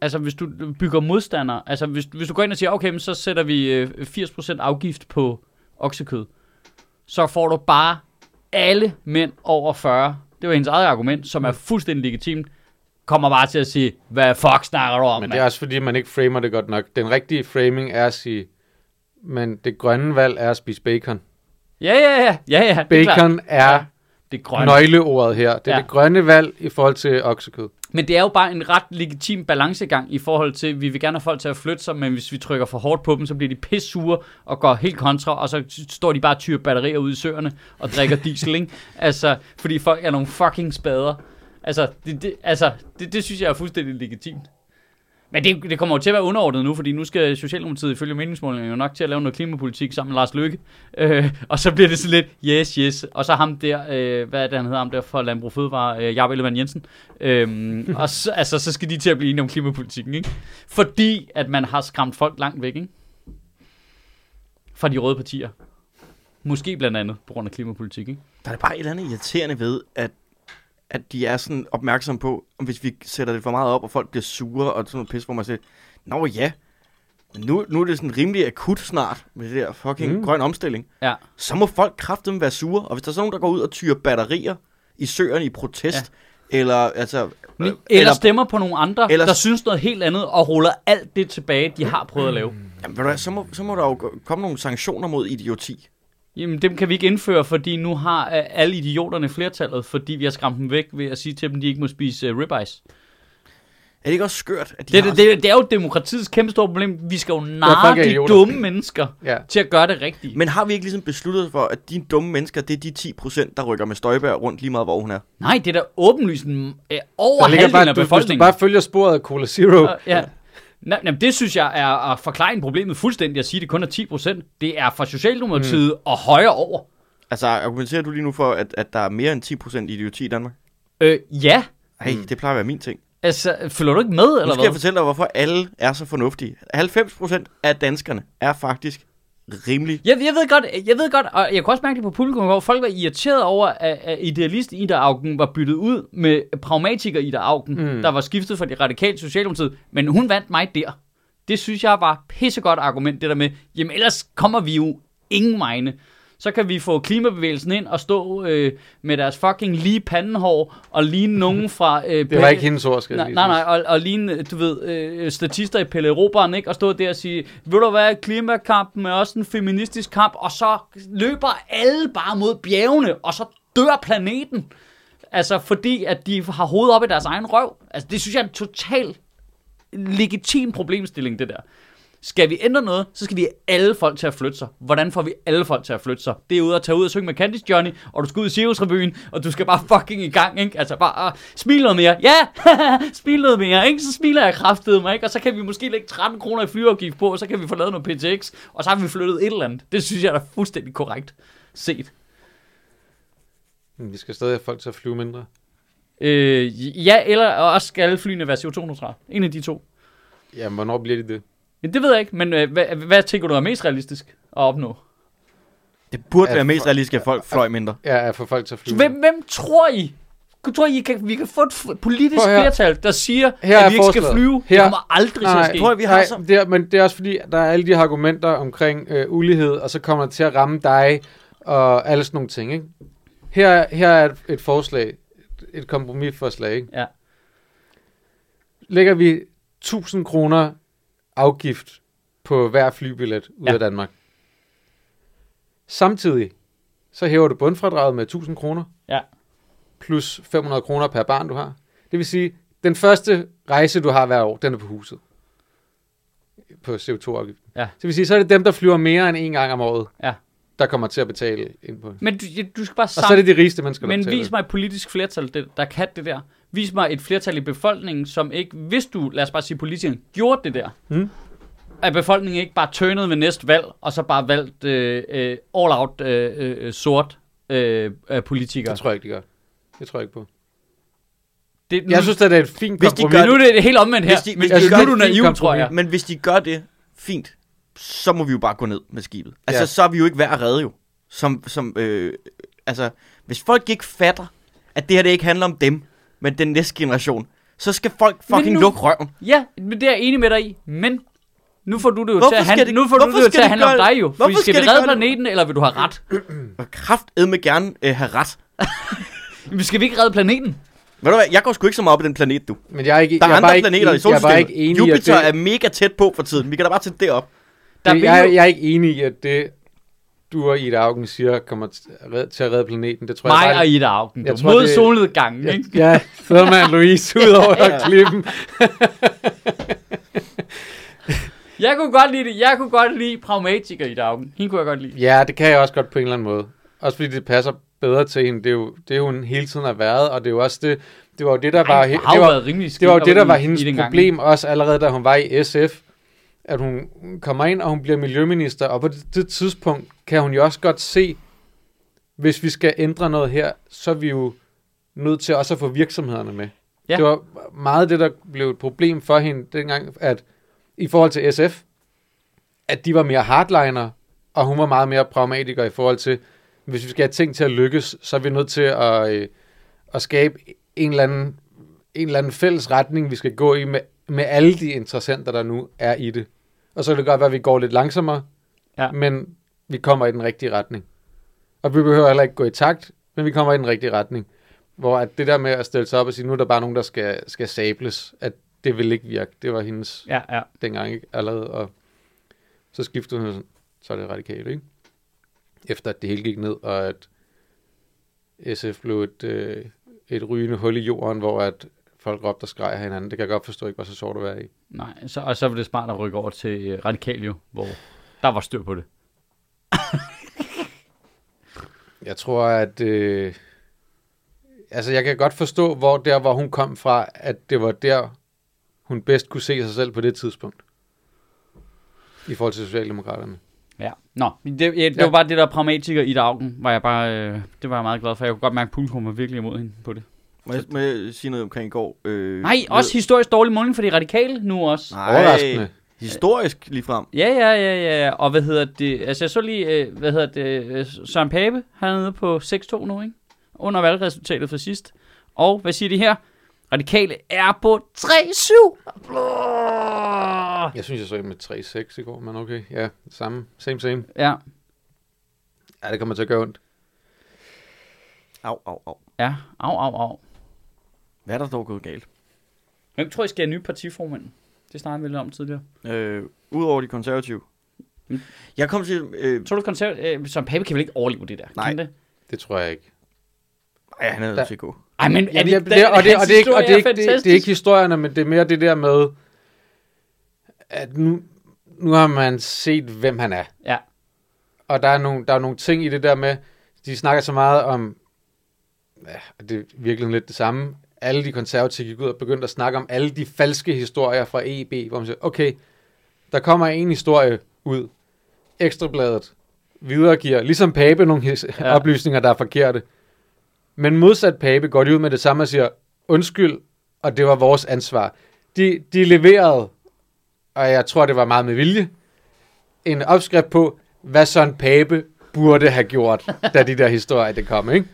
Speaker 1: altså hvis du bygger modstandere, altså hvis, hvis du går ind og siger, okay, men så sætter vi øh, 80% afgift på oksekød, så får du bare alle mænd over 40, det var hendes eget argument, som er
Speaker 3: Mm.
Speaker 1: fuldstændig legitimt, kommer bare til at sige, hvad fuck snakker du om,
Speaker 3: men
Speaker 1: mand?"
Speaker 3: det er også, fordi man ikke framer det godt nok. Den rigtige framing er at sige, men det grønne valg er at spise bacon.
Speaker 1: Ja, ja, ja. ja, ja det er klart.
Speaker 3: Bacon er
Speaker 1: det er grønne.
Speaker 3: Grøn. nøgleordet her. Det er
Speaker 1: Ja.
Speaker 3: ja. det grønne valg i forhold til oksekød.
Speaker 1: Men det er jo bare en ret legitim balancegang i forhold til, at vi vil gerne have folk til at flytte sig, men hvis vi trykker for hårdt på dem, så bliver de pissure og går helt kontra, og så t- står de bare og tyrer batterier ud i søerne og drikker diesel, ikke? Altså, fordi folk er nogle fucking spader. Altså, det, det, altså, det, det synes jeg er fuldstændig legitimt. Men det, det kommer jo til at være underordnet nu, fordi nu skal Socialdemokratiet ifølge meningsmålingerne jo nok til at lave noget klimapolitik sammen med Lars Løkke. Øh, og så bliver det sådan lidt, yes, yes. Og så ham der, øh, hvad er det, han hedder ham der for Landbrug Fødevare, øh, Jakob Ellemann Jensen. Øhm, og så, altså, så skal de til at blive enige om klimapolitikken, ikke? Fordi at man har skræmt folk langt væk, ikke? Fra de røde partier. Måske blandt andet på grund af klimapolitik, ikke?
Speaker 2: Der er det bare et eller andet irriterende ved, at, at de er sådan opmærksomme på, om hvis vi sætter det for meget op, og folk bliver sure og sådan noget pis, hvor man siger, Nå ja, men nu, nu er det sådan rimelig akut snart med det der fucking mm.
Speaker 3: Mm.
Speaker 2: grøn omstilling.
Speaker 1: Ja.
Speaker 2: Så må folk kraftedeme være sure, og hvis der er sådan nogen, der går ud og tyrer batterier i søerne i protest, ja. eller altså...
Speaker 1: Eller, eller
Speaker 2: eller
Speaker 1: stemmer på nogle andre, eller,
Speaker 2: eller-
Speaker 1: der synes noget helt andet, og ruller alt det tilbage, de har prøvet at lave.
Speaker 2: jamen, ved du hvad, så, må, så må der jo gå- komme nogle sanktioner mod idioti.
Speaker 1: Jamen, dem kan vi ikke indføre, fordi nu har øh, alle idioterne flertallet, fordi vi har skræmt dem væk ved at sige til dem, de ikke må spise uh, ribeyes.
Speaker 2: det ikke også skørt, at de
Speaker 1: Det,
Speaker 2: har
Speaker 1: øh, det, det, det er jo demokratiets kæmpe store problem. Vi skal jo narre
Speaker 3: folk er
Speaker 1: ja, de
Speaker 3: idioter.
Speaker 1: dumme mennesker
Speaker 3: Ja.
Speaker 1: til at gøre det rigtigt.
Speaker 2: Men har vi ikke ligesom besluttet os for, at de dumme mennesker, det er de 10%, der rykker med Støjberg rundt lige meget, hvor hun er?
Speaker 1: Nej, det er da åbenlyst en- øh, over
Speaker 3: Der ligger
Speaker 1: halvdelen
Speaker 3: bare,
Speaker 1: af
Speaker 3: du, hvis du
Speaker 1: befolkningen.
Speaker 3: bare følger sporet af Cola Zero,
Speaker 1: Øh, ja. Nå, jamen, det synes jeg er at forklare problemet fuldstændig at sige, at det kun er 10%. Det er fra Socialdemokratiet mm. og højere over.
Speaker 2: Altså, argumenterer du lige nu for, at, at der er mere end 10% idioti i Danmark?
Speaker 1: Øh, ja.
Speaker 2: Ej, mm. det plejer at være min ting.
Speaker 1: Altså, følger du ikke med,
Speaker 2: Nu
Speaker 1: eller
Speaker 2: skal jeg
Speaker 1: hvad?
Speaker 2: fortælle dig, hvorfor alle er så fornuftige. 90% af danskerne er faktisk rimelig.
Speaker 1: Jeg, jeg, ved godt, jeg ved godt, og jeg kunne også mærke det på publikum, hvor folk var irriteret over, at, at idealist Ida Augen var byttet ud med pragmatiker Ida Augen, mm. der var skiftet fra de radikale socialdemokratiet, men hun vandt mig der. Det synes jeg var pissegodt argument, det der med, jamen ellers kommer vi jo ingen vegne. Så kan vi få klimabevægelsen ind og stå øh, med deres fucking lige pandehår og ligne nogen fra... Øh,
Speaker 3: det var
Speaker 1: pa-
Speaker 3: ikke hendes ord, skal jeg
Speaker 1: Nej,
Speaker 3: lige
Speaker 1: nej, nej,
Speaker 3: sige.
Speaker 1: og, og ligne, du ved, øh, statister i Pelle Eroberen, ikke? Og stå der og sige, ved du hvad, klimakampen er også en feministisk kamp, og så løber alle bare mod bjergene, og så dør planeten. Altså, fordi at de har hovedet op i deres egen røv. Altså, det synes jeg er en total legitim problemstilling, det der. Skal vi ændre noget, så skal vi have alle folk til at flytte sig. Hvordan får vi alle folk til at flytte sig? Det er ude at tage ud og synge med Candice Johnny, og du skal ud i Cirkusrevyen, og du skal bare fucking i gang, ikke? Altså bare ah, smil noget mere. Ja, smil noget mere, ikke? Så smiler jeg kraftede mig, ikke? Og så kan vi måske lægge 13 kroner i flyafgift på, og så kan vi få lavet noget PTX, og så har vi flyttet et eller andet. Det synes jeg er fuldstændig korrekt set.
Speaker 3: Men Vi skal stadig have folk til at flyve mindre.
Speaker 1: Øh, ja, eller også skal alle flyene være CO2-neutrale. En af de to.
Speaker 3: Jamen, hvornår bliver de det?
Speaker 1: Ja, det ved jeg ikke, men øh, hvad, hvad tænker du er mest realistisk at opnå?
Speaker 2: Det burde
Speaker 3: At
Speaker 2: være mest
Speaker 3: for-
Speaker 2: realistisk, at folk fløj mindre.
Speaker 3: Ja, at få folk til at flyve
Speaker 1: Hvem,
Speaker 3: mindre.
Speaker 1: hvem tror I? Tror I, I kan, vi kan få et f- politisk
Speaker 3: Prøv at høre.
Speaker 1: flertal, der siger,
Speaker 3: Her er
Speaker 1: at vi ikke skal
Speaker 3: forslaget.
Speaker 1: flyve?
Speaker 3: Her-
Speaker 1: Det kommer aldrig til at
Speaker 3: Nej.
Speaker 1: ske.
Speaker 2: Prøv at vi har
Speaker 3: Nej,
Speaker 2: så...
Speaker 3: det er, men det er også fordi, at der er alle de her argumenter omkring øh, ulighed, og så kommer det til at ramme dig og alle sådan nogle ting, ikke? Her, her er et, et forslag, et kompromisforslag, ikke?
Speaker 1: Ja.
Speaker 3: Lægger vi 1000 kroner afgift på hver flybillet ud
Speaker 1: Ja.
Speaker 3: ja. af Danmark. Samtidig, så hæver du bundfradraget med 1000 kroner.
Speaker 1: Ja.
Speaker 3: Plus 500 kroner per barn, du har. Det vil sige, den første rejse, du har hver år, den er på huset. På CO2-afgiften.
Speaker 1: Ja.
Speaker 3: Så det vil sige, så er det dem, der flyver mere end en gang om året,
Speaker 1: Ja.
Speaker 3: der kommer til at betale ind på det.
Speaker 1: Men du, du skal bare
Speaker 3: Og så er
Speaker 1: sammen.
Speaker 3: det de rigeste mennesker, der
Speaker 1: Men
Speaker 3: betaler.
Speaker 1: vis mig et politisk flertal, det- der kan det der. Vis mig et flertal i befolkningen, som ikke, hvis du, lad os bare sige politikeren, gjorde det der.
Speaker 3: Mm.
Speaker 1: At befolkningen ikke bare tønede ved næste valg, og så bare valgt øh, øh, all out øh, øh, sort øh, øh, politikere.
Speaker 3: Det tror jeg ikke, de gør. Det tror jeg ikke på.
Speaker 1: Det, nu,
Speaker 3: Jeg synes, det er et fint
Speaker 2: Hvis de
Speaker 3: kompromis.
Speaker 2: gør
Speaker 1: nu er det helt omvendt her.
Speaker 2: Hvis de- hvis
Speaker 1: Men
Speaker 2: de
Speaker 1: nu
Speaker 2: gør
Speaker 1: er
Speaker 2: det
Speaker 1: du
Speaker 3: fint
Speaker 1: naiv, tror
Speaker 3: kompromis.
Speaker 1: jeg.
Speaker 2: Men hvis de gør det, fint, så må vi jo bare gå ned med skibet. Altså,
Speaker 3: Ja.
Speaker 2: ja. så er vi jo ikke værd at redde jo. Som, som, øh, altså, hvis folk ikke fatter, at det her det ikke handler om dem, men den næste generation, så skal folk fucking
Speaker 1: nu-
Speaker 2: nu... lukke røven.
Speaker 1: Ja, men det er jeg enig med dig i, men nu får du det jo
Speaker 2: Hvorfor
Speaker 1: til at,
Speaker 2: skal
Speaker 1: handle,
Speaker 2: det-
Speaker 1: nu får du
Speaker 2: hvorfor
Speaker 1: det jo til
Speaker 2: skal
Speaker 1: at
Speaker 2: det
Speaker 1: handle om
Speaker 2: gøre-
Speaker 1: dig jo. Fordi
Speaker 2: hvorfor
Speaker 1: skal
Speaker 2: skal
Speaker 1: vi
Speaker 2: det
Speaker 1: redde
Speaker 2: gøre-
Speaker 1: planeten, eller vil du have ret?
Speaker 2: Og kraftedme gerne øh, have ret.
Speaker 1: Jamen, skal vi ikke redde planeten?
Speaker 2: Ved du hvad, jeg går sgu ikke så meget op i den planet, du.
Speaker 3: Men jeg er ikke,
Speaker 2: Der er
Speaker 3: jeg er
Speaker 2: andre
Speaker 3: bare ikke
Speaker 2: planeter i
Speaker 3: enig- jeg er bare
Speaker 2: solsystemet.
Speaker 3: ikke enig i, at
Speaker 2: Jupiter
Speaker 3: det-
Speaker 2: er mega tæt på for tiden. Vi kan da bare tage det op.
Speaker 1: Der
Speaker 3: det,
Speaker 1: vil
Speaker 3: jeg,
Speaker 1: jo-
Speaker 3: jeg er ikke enig i, at det, du og Ida Augen siger, kommer t- at redde- til at redde planeten. Det tror jeg
Speaker 1: Mig
Speaker 3: bare,
Speaker 1: og Ida Augen,
Speaker 3: jeg
Speaker 1: du.
Speaker 3: tror,
Speaker 1: mod
Speaker 3: det-
Speaker 1: solnedgangen, ikke?
Speaker 3: Ja, ja Fedman Louise ud over klippen.
Speaker 1: Jeg kunne godt lide det. Jeg kunne godt lide pragmatiker Ida Augen. Hende kunne jeg godt lide.
Speaker 3: Ja, det kan jeg også godt på en eller anden måde. Også fordi det passer bedre til hende. Det er jo det, hun hele tiden har været, og det er jo også det, det var jo det, der var,
Speaker 1: Ej,
Speaker 3: he-
Speaker 1: hun har
Speaker 3: det
Speaker 1: jo
Speaker 3: var,
Speaker 1: været rimelig skidt
Speaker 3: det, var jo
Speaker 1: op
Speaker 3: det, der
Speaker 1: i-
Speaker 3: var
Speaker 1: i
Speaker 3: hendes
Speaker 1: den gang.
Speaker 3: problem, også allerede da hun var i SF, at hun kommer ind, og hun bliver miljøminister, og på det, det tidspunkt kan hun jo også godt se, hvis vi skal ændre noget her, så er vi jo nødt til også at få virksomhederne med.
Speaker 1: Ja.
Speaker 3: Ja. Det var meget det, der blev et problem for hende dengang, at i forhold til SF, at de var mere hardliner, og hun var meget mere pragmatiker i forhold til, hvis vi skal have ting til at lykkes, så er vi nødt til at, øh, at skabe en eller, anden, en eller anden fælles retning, vi skal gå i med, med alle de interessenter, der nu er i det. Og så kan det godt være, at vi går lidt langsommere,
Speaker 1: Ja.
Speaker 3: men vi kommer i den rigtige retning. Og vi behøver heller ikke gå i takt, men vi kommer i den rigtige retning. Hvor at det der med at stille sig op og sige, nu er der bare nogen, der skal, skal sables, at det vil ikke virke. Det var hendes
Speaker 1: Ja, ja.
Speaker 3: dengang ikke? allerede, og så skiftede hun, sådan, så er det radikale, ikke? Efter at det hele gik ned, og at SF blev et, øh, et rygende hul i jorden, hvor at folk råbte og skreg af hinanden. Det kan jeg godt forstå ikke var så sjovt at være i.
Speaker 1: Nej, så, og så var det smart at rykke over til øh, Radikal jo, hvor der var styr på det.
Speaker 3: Jeg tror, at... Øh, altså, jeg kan godt forstå, hvor der, hvor hun kom fra, at det var der, hun bedst kunne se sig selv på det tidspunkt. I forhold til Socialdemokraterne.
Speaker 1: Ja. Nå, men det, ja, det ja.
Speaker 3: Ja.
Speaker 1: var bare det der pragmatiker i dagen, var jeg bare, øh, det var jeg meget glad for. Jeg kunne godt mærke, at publikum var virkelig imod hende på det.
Speaker 2: Må jeg, må jeg sige noget omkring i går? Øh,
Speaker 1: Nej, også historisk dårlig måling for de radikale nu også.
Speaker 2: Nej,
Speaker 3: Overraskende.
Speaker 2: Historisk ligefrem.
Speaker 1: Ja, ja, ja, ja, ja. Og hvad hedder det? Altså, jeg så lige, øh, hvad hedder det? øh, Søren Pape, han er nede på 6-2 nu, ikke? Under valgresultatet fra sidst. Og hvad siger de her? Radikale er på 3-7.
Speaker 3: Jeg synes, jeg så en med 3-6 i går, men okay. Ja, samme. Same, same.
Speaker 1: Ja,
Speaker 3: Ja, det kommer til at gøre ondt.
Speaker 2: Au, au, au.
Speaker 1: ja. Au, au, au.
Speaker 2: Hvad er der dog gået galt?
Speaker 1: Hvem tror I skal have nye partiformænd? Det snakkede vi lidt om tidligere.
Speaker 2: Øh, Udover de konservative.
Speaker 1: Mm.
Speaker 2: Jeg kom til... Øh,
Speaker 1: Tror du, konserv... Øh, Søren Pape kan vel ikke overleve det der?
Speaker 2: Nej.
Speaker 1: Kan det?
Speaker 3: Det tror jeg ikke.
Speaker 2: ej, han er altså nødt til at gå.
Speaker 1: Ej, men er
Speaker 3: Jamen,
Speaker 1: det,
Speaker 3: jeg- det- og det- og
Speaker 1: hans
Speaker 3: det er ikke- og
Speaker 1: historie
Speaker 3: det er ikke- det-
Speaker 1: fantastisk.
Speaker 3: det er ikke historierne, men det er mere det der med, at nu, nu har man set, hvem han er.
Speaker 1: Ja.
Speaker 3: Og der er, nogle, der er nogle ting i det der med, de snakker så meget om, ja, og det er virkelig lidt det samme, alle de konservative gik ud og begyndte at snakke om alle de falske historier fra EB, hvor man siger, okay, der kommer en historie ud, ekstrabladet videregiver, ligesom Pape, nogle his-
Speaker 1: Ja.
Speaker 3: ja. oplysninger, der er forkerte. Men modsat Pape går de ud med det samme og siger, undskyld, og det var vores ansvar. De, de leverede, og jeg tror, det var meget med vilje, en opskrift på, hvad Søren Pape burde have gjort, da de der historier det kom, ikke?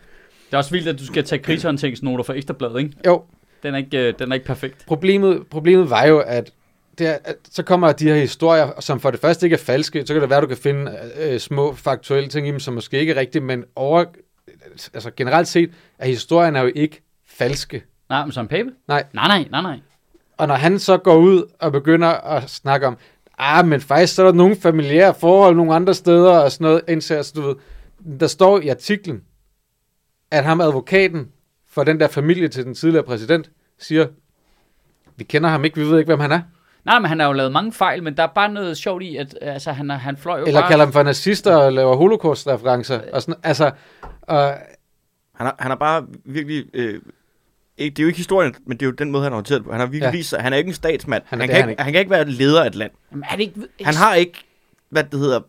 Speaker 1: Det er også vildt, at du skal tage krigshåndtænkningsnoter fra Ekstrabladet, ikke?
Speaker 3: Jo,
Speaker 1: Den er ikke, øh, den er ikke perfekt.
Speaker 3: problemet, problemet var jo, at, det er, at så kommer de her historier, som for det første ikke er falske, så kan det være, at du kan finde øh, små faktuelle ting i dem, som måske ikke er rigtige, men over, altså generelt set er historien er jo ikke falske.
Speaker 1: Nej, men Søren Pape?
Speaker 3: Nej.
Speaker 1: Nej, nej, nej, nej.
Speaker 3: Og når han så går ud og begynder at snakke om, ah, men faktisk så er der nogle familiære forhold nogle andre steder og sådan noget, indtil, altså, du ved, der står i artiklen, at ham advokaten for den der familie til den tidligere præsident siger, vi kender ham ikke, vi ved ikke, hvem han er.
Speaker 1: Nej, men han har jo lavet mange fejl, men der er bare noget sjovt i, at altså, han, er- han fløj jo
Speaker 3: Eller
Speaker 1: bare...
Speaker 3: kalder dem for nazister og laver holocaust-referencer. Og sådan, altså, og,
Speaker 2: Han har, han har bare virkelig... Øh, ikke, det er jo ikke historien, men det er jo den måde, han har håndteret det på. Han har virkelig ja.
Speaker 3: Ja.
Speaker 2: vist sig. Han er ikke en statsmand.
Speaker 3: Han
Speaker 2: Han,
Speaker 3: er-
Speaker 2: han,
Speaker 3: det
Speaker 2: kan
Speaker 3: er han
Speaker 2: ikke, han,
Speaker 3: ikke.
Speaker 2: han kan ikke være leder af et land.
Speaker 1: Jamen, er det ikke...
Speaker 2: Han har ikke, hvad det hedder,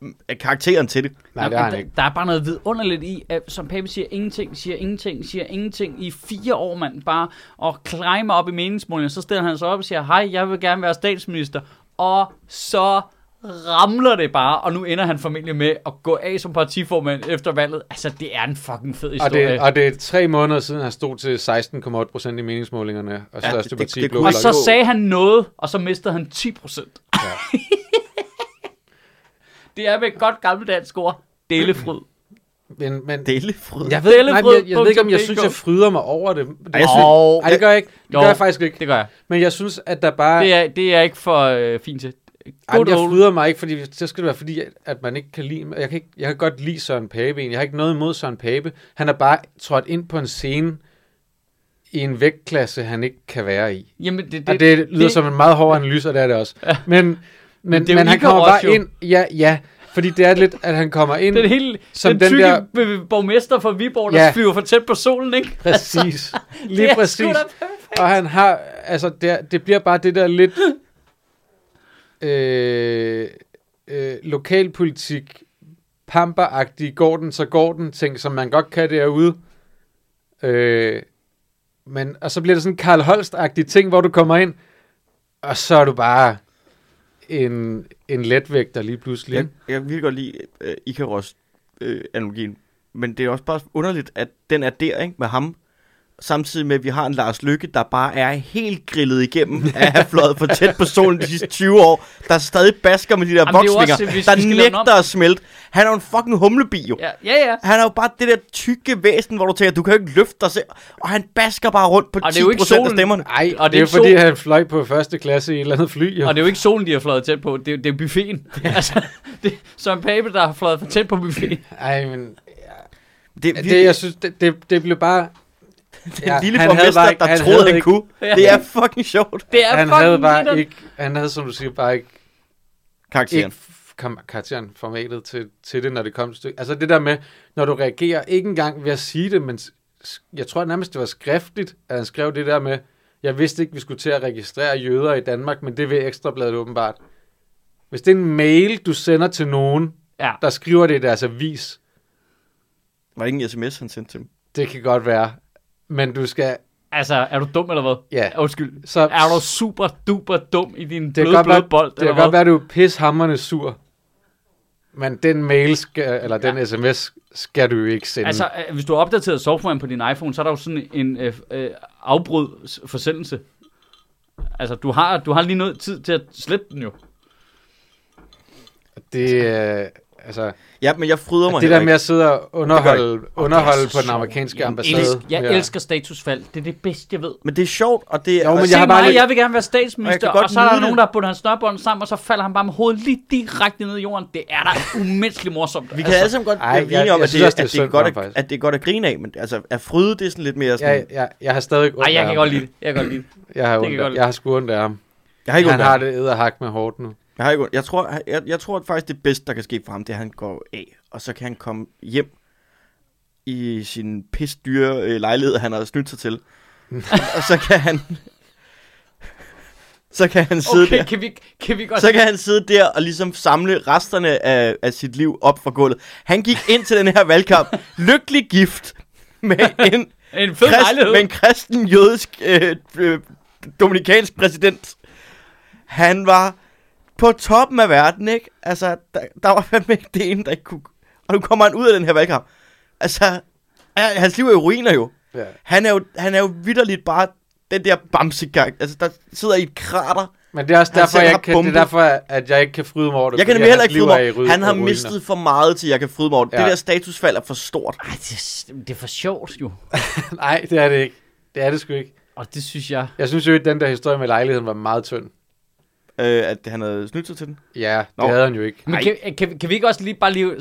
Speaker 2: øh, karakteren til det.
Speaker 3: nej, det
Speaker 1: Nå,
Speaker 3: er
Speaker 1: men
Speaker 3: han
Speaker 1: der-
Speaker 3: ikke.
Speaker 1: Der er bare noget vidunderligt i, at, som Pape siger, ingenting, siger ingenting, siger ingenting i fire år, mand. Bare og climber op i meningsmålingen, så stiller han sig op og siger, hej, jeg vil gerne være statsminister. Og så ramler det bare, og nu ender han formentlig med at gå af som partiformand efter valget. Altså, det er en fucking fed
Speaker 3: Og
Speaker 1: historie.
Speaker 3: det, og det er tre måneder siden, han stod til 16,8 procent i meningsmålingerne, og
Speaker 2: Ja,
Speaker 3: største
Speaker 2: det-
Speaker 3: parti
Speaker 2: det
Speaker 3: blev
Speaker 2: kunne-
Speaker 1: og
Speaker 2: Udelukke.
Speaker 1: så sagde han noget, og så mistede han 10 procent.
Speaker 3: Ja.
Speaker 1: Det er med et godt gammeldansk ord. Delefryd.
Speaker 3: Men, men,
Speaker 2: Delefrød.
Speaker 3: jeg ved, nej, men jeg, jeg
Speaker 1: Dellefrød.dk.
Speaker 3: ved ikke, om jeg synes, jeg fryder mig over det. det
Speaker 2: Ej, jeg synes-
Speaker 1: Og
Speaker 3: Ej, det gør jeg ikke. Det
Speaker 1: Jo.
Speaker 3: gør jeg faktisk ikke.
Speaker 1: det gør jeg.
Speaker 3: Men jeg synes, at der bare...
Speaker 1: Det er, det er jeg ikke for øh, fint til.
Speaker 3: Ej, men
Speaker 1: Good
Speaker 3: jeg
Speaker 1: old.
Speaker 3: fryder mig ikke, fordi så skal det være fordi, at- at man ikke kan lide... Jeg kan, ikke, jeg kan godt lide Søren Pape egentlig. Jeg har ikke noget imod Søren Pape. Han er bare trådt ind på en scene i en vægtklasse, han ikke kan være i.
Speaker 1: Jamen, det, det,
Speaker 3: Det, og det lyder
Speaker 1: det-
Speaker 3: det, som en meget hård analyse, og det er det også. Ja. Men, men, men,
Speaker 1: det er jo
Speaker 3: men han
Speaker 1: Igor
Speaker 3: kommer
Speaker 1: også
Speaker 3: bare
Speaker 1: jo.
Speaker 3: ind... Ja, ja. Fordi det er lidt, at han kommer ind...
Speaker 1: Den hele,
Speaker 3: Som
Speaker 1: den, den
Speaker 3: den
Speaker 1: tykke
Speaker 3: der-
Speaker 1: der... borgmester fra Viborg, der ja.
Speaker 3: Ja.
Speaker 1: flyver for tæt på solen, ikke?
Speaker 3: Præcis.
Speaker 1: Det er
Speaker 3: Lige
Speaker 1: sgu
Speaker 3: præcis.
Speaker 1: da perfekt.
Speaker 3: Og han har, altså, det, er- det bliver bare det der lidt øh, øh, lokalpolitik, pamperagtige, går den, så går den, ting, som man godt kan derude. Øh, men, og så bliver det sådan Karl Holst-agtige ting, hvor du kommer ind, og så er du bare en, en letvægter lige pludselig.
Speaker 2: Jeg, jeg vil godt lide øh, Ikaros-analogien, men det er også bare underligt, at den er der ikke, med ham, samtidig med, at vi har en Lars Lykke, der bare er helt grillet igennem af at have fløjet for tæt på solen de sidste 20 år, der stadig basker med de der
Speaker 1: Jamen, det er jo også,
Speaker 2: voksninger,
Speaker 1: hvis vi skal
Speaker 2: der
Speaker 1: lave den
Speaker 2: nægter at smelte. Han er jo en fucking humlebi, jo.
Speaker 1: Ja, ja, ja.
Speaker 2: Han er jo bare det der tykke væsen, hvor du tænker, du kan jo ikke løfte dig selv, og han basker bare rundt på 10%
Speaker 1: Og det er jo ikke
Speaker 2: af
Speaker 1: solen.
Speaker 2: stemmerne.
Speaker 3: Ej,
Speaker 1: Og det
Speaker 3: og det,
Speaker 1: er
Speaker 3: er
Speaker 1: ikke
Speaker 3: fordi,
Speaker 1: sol-
Speaker 3: han fløj på første klasse i et eller andet fly. Jo.
Speaker 1: Og det er jo ikke solen, de har fløjet tæt på. Det er, det er buffeten. altså, det, så en pape, der har fløjet for tæt på buffeten.
Speaker 3: Ej, men
Speaker 2: Det, er
Speaker 3: Det,
Speaker 2: virkelig-
Speaker 3: jeg synes, det, det, det blev bare...
Speaker 2: Den ja, lille borgmester, der
Speaker 3: han
Speaker 2: troede,
Speaker 3: havde
Speaker 2: han
Speaker 3: ikke,
Speaker 2: kunne. Det er fucking sjovt.
Speaker 1: Det er
Speaker 3: han
Speaker 1: fucking
Speaker 3: havde bare
Speaker 1: nederen.
Speaker 3: ikke, han havde, som du siger, bare ikke,
Speaker 2: Karakteren.
Speaker 3: ikke f- kom- karakteren, formatet til, til det, når det kom et stykke. Altså det der med, når du reagerer, ikke engang ved at sige det, men s- s- jeg tror nærmest, det var skriftligt, at han skrev det der med, jeg vidste ikke, vi skulle til at registrere jøder i Danmark, men det vil Ekstrabladet åbenbart. Hvis det er en mail, du sender til nogen,
Speaker 1: Ja.
Speaker 3: der skriver det i deres avis,
Speaker 2: Var det ikke en sms, han sendte til dem?
Speaker 3: det kan godt være, men du skal,
Speaker 1: Altså, er du dum eller hvad?
Speaker 3: ja,
Speaker 1: Undskyld.
Speaker 3: så
Speaker 1: Er du super duper dum i din
Speaker 3: Det kan
Speaker 1: bløde,
Speaker 3: godt
Speaker 1: bløde
Speaker 3: være,
Speaker 1: bold?
Speaker 3: det kan
Speaker 1: eller
Speaker 3: godt
Speaker 1: hvad?
Speaker 3: være, du er pishammerne sur. Men den mail, skal, eller den ja. sms, skal du jo ikke sende.
Speaker 1: Altså, øh, hvis du har opdateret softwaren på din iPhone, så er der jo sådan en øh, øh, afbrud s- forsendelse. Altså, du har, du har lige noget tid til at slette den jo.
Speaker 3: det, øh, altså,
Speaker 2: Ja, men jeg fryder mig
Speaker 3: det
Speaker 2: heller
Speaker 3: der
Speaker 2: ikke.
Speaker 3: med at sidde og underholde, underholde
Speaker 1: så
Speaker 3: på den
Speaker 1: sjovt.
Speaker 3: amerikanske
Speaker 2: Jeg
Speaker 3: ambassade.
Speaker 1: Elsk, jeg
Speaker 3: ja.
Speaker 1: elsker statusfald. Det er det bedste, jeg ved.
Speaker 2: Men det er sjovt, og det er...
Speaker 3: Jo, men
Speaker 2: og
Speaker 1: Jeg, har
Speaker 3: Jeg har
Speaker 1: bare
Speaker 3: bare
Speaker 1: mig,
Speaker 3: lidt-
Speaker 1: jeg vil gerne være
Speaker 2: Og jeg
Speaker 1: statsminister,
Speaker 2: kan
Speaker 1: og,
Speaker 2: godt
Speaker 1: så er der
Speaker 2: nyde
Speaker 1: nogen,
Speaker 2: det.
Speaker 1: der har bundet hans snørbånd sammen, og så falder han bare med hovedet lige direkte ned i jorden. Det er da umenneskeligt morsomt.
Speaker 2: Vi kan alle sammen godt
Speaker 3: altså, Ej,
Speaker 2: blive
Speaker 3: jeg-
Speaker 2: enige om,
Speaker 3: jeg
Speaker 2: at det,
Speaker 3: synes også, det
Speaker 2: at
Speaker 3: er
Speaker 2: det er
Speaker 3: synd for
Speaker 2: godt
Speaker 3: ham,
Speaker 2: at,
Speaker 3: faktisk.
Speaker 2: at det er godt at grine af, men altså, at fryde, det er sådan lidt mere sådan...
Speaker 3: Jeg, jeg, jeg har stadig ondt
Speaker 1: Ej, jeg
Speaker 3: af
Speaker 1: kan
Speaker 3: ham.
Speaker 1: godt lide det. Jeg kan godt lide det.
Speaker 3: Jeg har,
Speaker 1: Det kan
Speaker 3: ondt,
Speaker 1: jeg
Speaker 3: af-
Speaker 1: godt lide.
Speaker 3: jeg har sgu ondt af ham.
Speaker 2: Jeg har ikke
Speaker 3: han
Speaker 2: ondt af
Speaker 3: har
Speaker 2: ham.
Speaker 3: det æderhak med hårdt nu.
Speaker 2: Jeg, har ikke, ondt- jeg, tror, jeg, jeg, jeg tror at faktisk, det bedste, der kan ske for ham, det er, at han går af, og så kan han komme hjem i sin pisdyre øh, lejlighed, han har snydt sig til. og så kan han... Så kan han sidde okay.
Speaker 1: Okay,
Speaker 2: der.
Speaker 1: kan vi, kan vi godt...
Speaker 2: Så kan han sidde der og ligesom samle resterne af, af sit liv op fra gulvet. Han gik ind til den her valgkamp lykkelig gift med en
Speaker 1: En fed lejlighed.
Speaker 2: med en kristen jødisk øh, øh, dominikansk præsident. Han var på toppen af verden, ikke? Altså, der, der var fandme ikke det ene, der ikke kunne... Og nu kommer han ud af den her valgkamp. Altså, han- hans liv er i ruiner jo.
Speaker 3: Ja.
Speaker 2: Han er jo, han er jo vidderligt bare den der bamsekang. Altså, der sidder i et krater.
Speaker 3: Men det er også
Speaker 2: Han
Speaker 3: derfor,
Speaker 2: selv
Speaker 3: jeg
Speaker 2: har
Speaker 3: kan, det er
Speaker 2: bombet.
Speaker 3: derfor, at jeg ikke kan fryde mig over det.
Speaker 2: Jeg kan
Speaker 3: fordi
Speaker 2: nemlig heller
Speaker 3: hans
Speaker 2: ikke
Speaker 3: liv
Speaker 2: fryde
Speaker 3: er i
Speaker 2: mig.
Speaker 3: ry-
Speaker 2: Han har
Speaker 3: ruiner.
Speaker 2: mistet for meget til, jeg kan fryde mig over det.
Speaker 3: Ja.
Speaker 2: Det der statusfald er for stort.
Speaker 1: Ej, det, er- det er for sjovt jo.
Speaker 3: Nej, det er det ikke. Det er det sgu ikke.
Speaker 1: Og det synes jeg...
Speaker 3: Jeg synes jo, at den der historie med lejligheden var meget tynd.
Speaker 2: Øh, at han havde snydt sig til den.
Speaker 3: Ja, det
Speaker 2: Nå.
Speaker 3: havde han jo ikke.
Speaker 1: Men kan, kan, kan vi ikke også lige bare, lige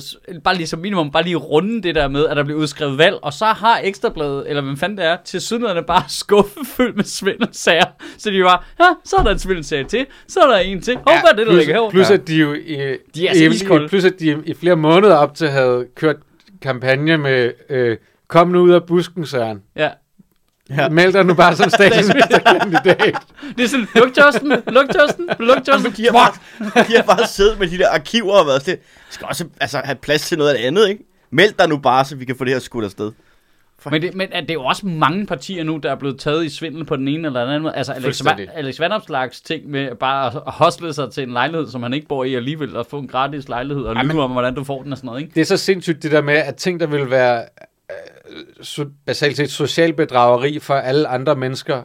Speaker 1: bare lige som minimum bare lige runde det der med, at der bliver udskrevet valg, og så har Ekstrabladet, eller hvem fanden det er, til sydnederne bare skuffen fyldt med svindelsager. Så de var, ja, så er der en svindelsager til, så er der en til. Åh, ja, hvad er det, der
Speaker 3: plus,
Speaker 1: ligger herovre?
Speaker 3: plus
Speaker 1: ja.
Speaker 3: at de jo i,
Speaker 1: De er altså
Speaker 3: i-
Speaker 1: iskolde.
Speaker 3: i, plus at de i flere måneder op til havde kørt kampagne med øh, kom nu ud af busken, Søren.
Speaker 1: ja.
Speaker 2: Ja.
Speaker 3: Ja. Meld dig nu bare som statsministerkandidat.
Speaker 1: Det er sådan, luk tørsten, luk tørsten, luk tørsten.
Speaker 2: De har, bare, de har bare siddet med de der arkiver og været sådan lidt, "Vi skal også altså, have plads til noget af det andet, ikke? Meld dig nu bare, så vi kan få det her skudt afsted.
Speaker 1: Men, det, men at det er jo også mange partier nu, der er blevet taget i svindel på den ene eller den anden måde. Altså Alex, Va-
Speaker 3: Fuldstændig.
Speaker 1: Alex Vandopslags ting med bare at hostle sig til en lejlighed, som han ikke bor i alligevel, og få en gratis lejlighed og lyve om, hvordan du får den og sådan noget, ikke?
Speaker 3: Det er så sindssygt det der med, at ting, der ville være øh, so, basalt set social bedrageri for alle andre mennesker,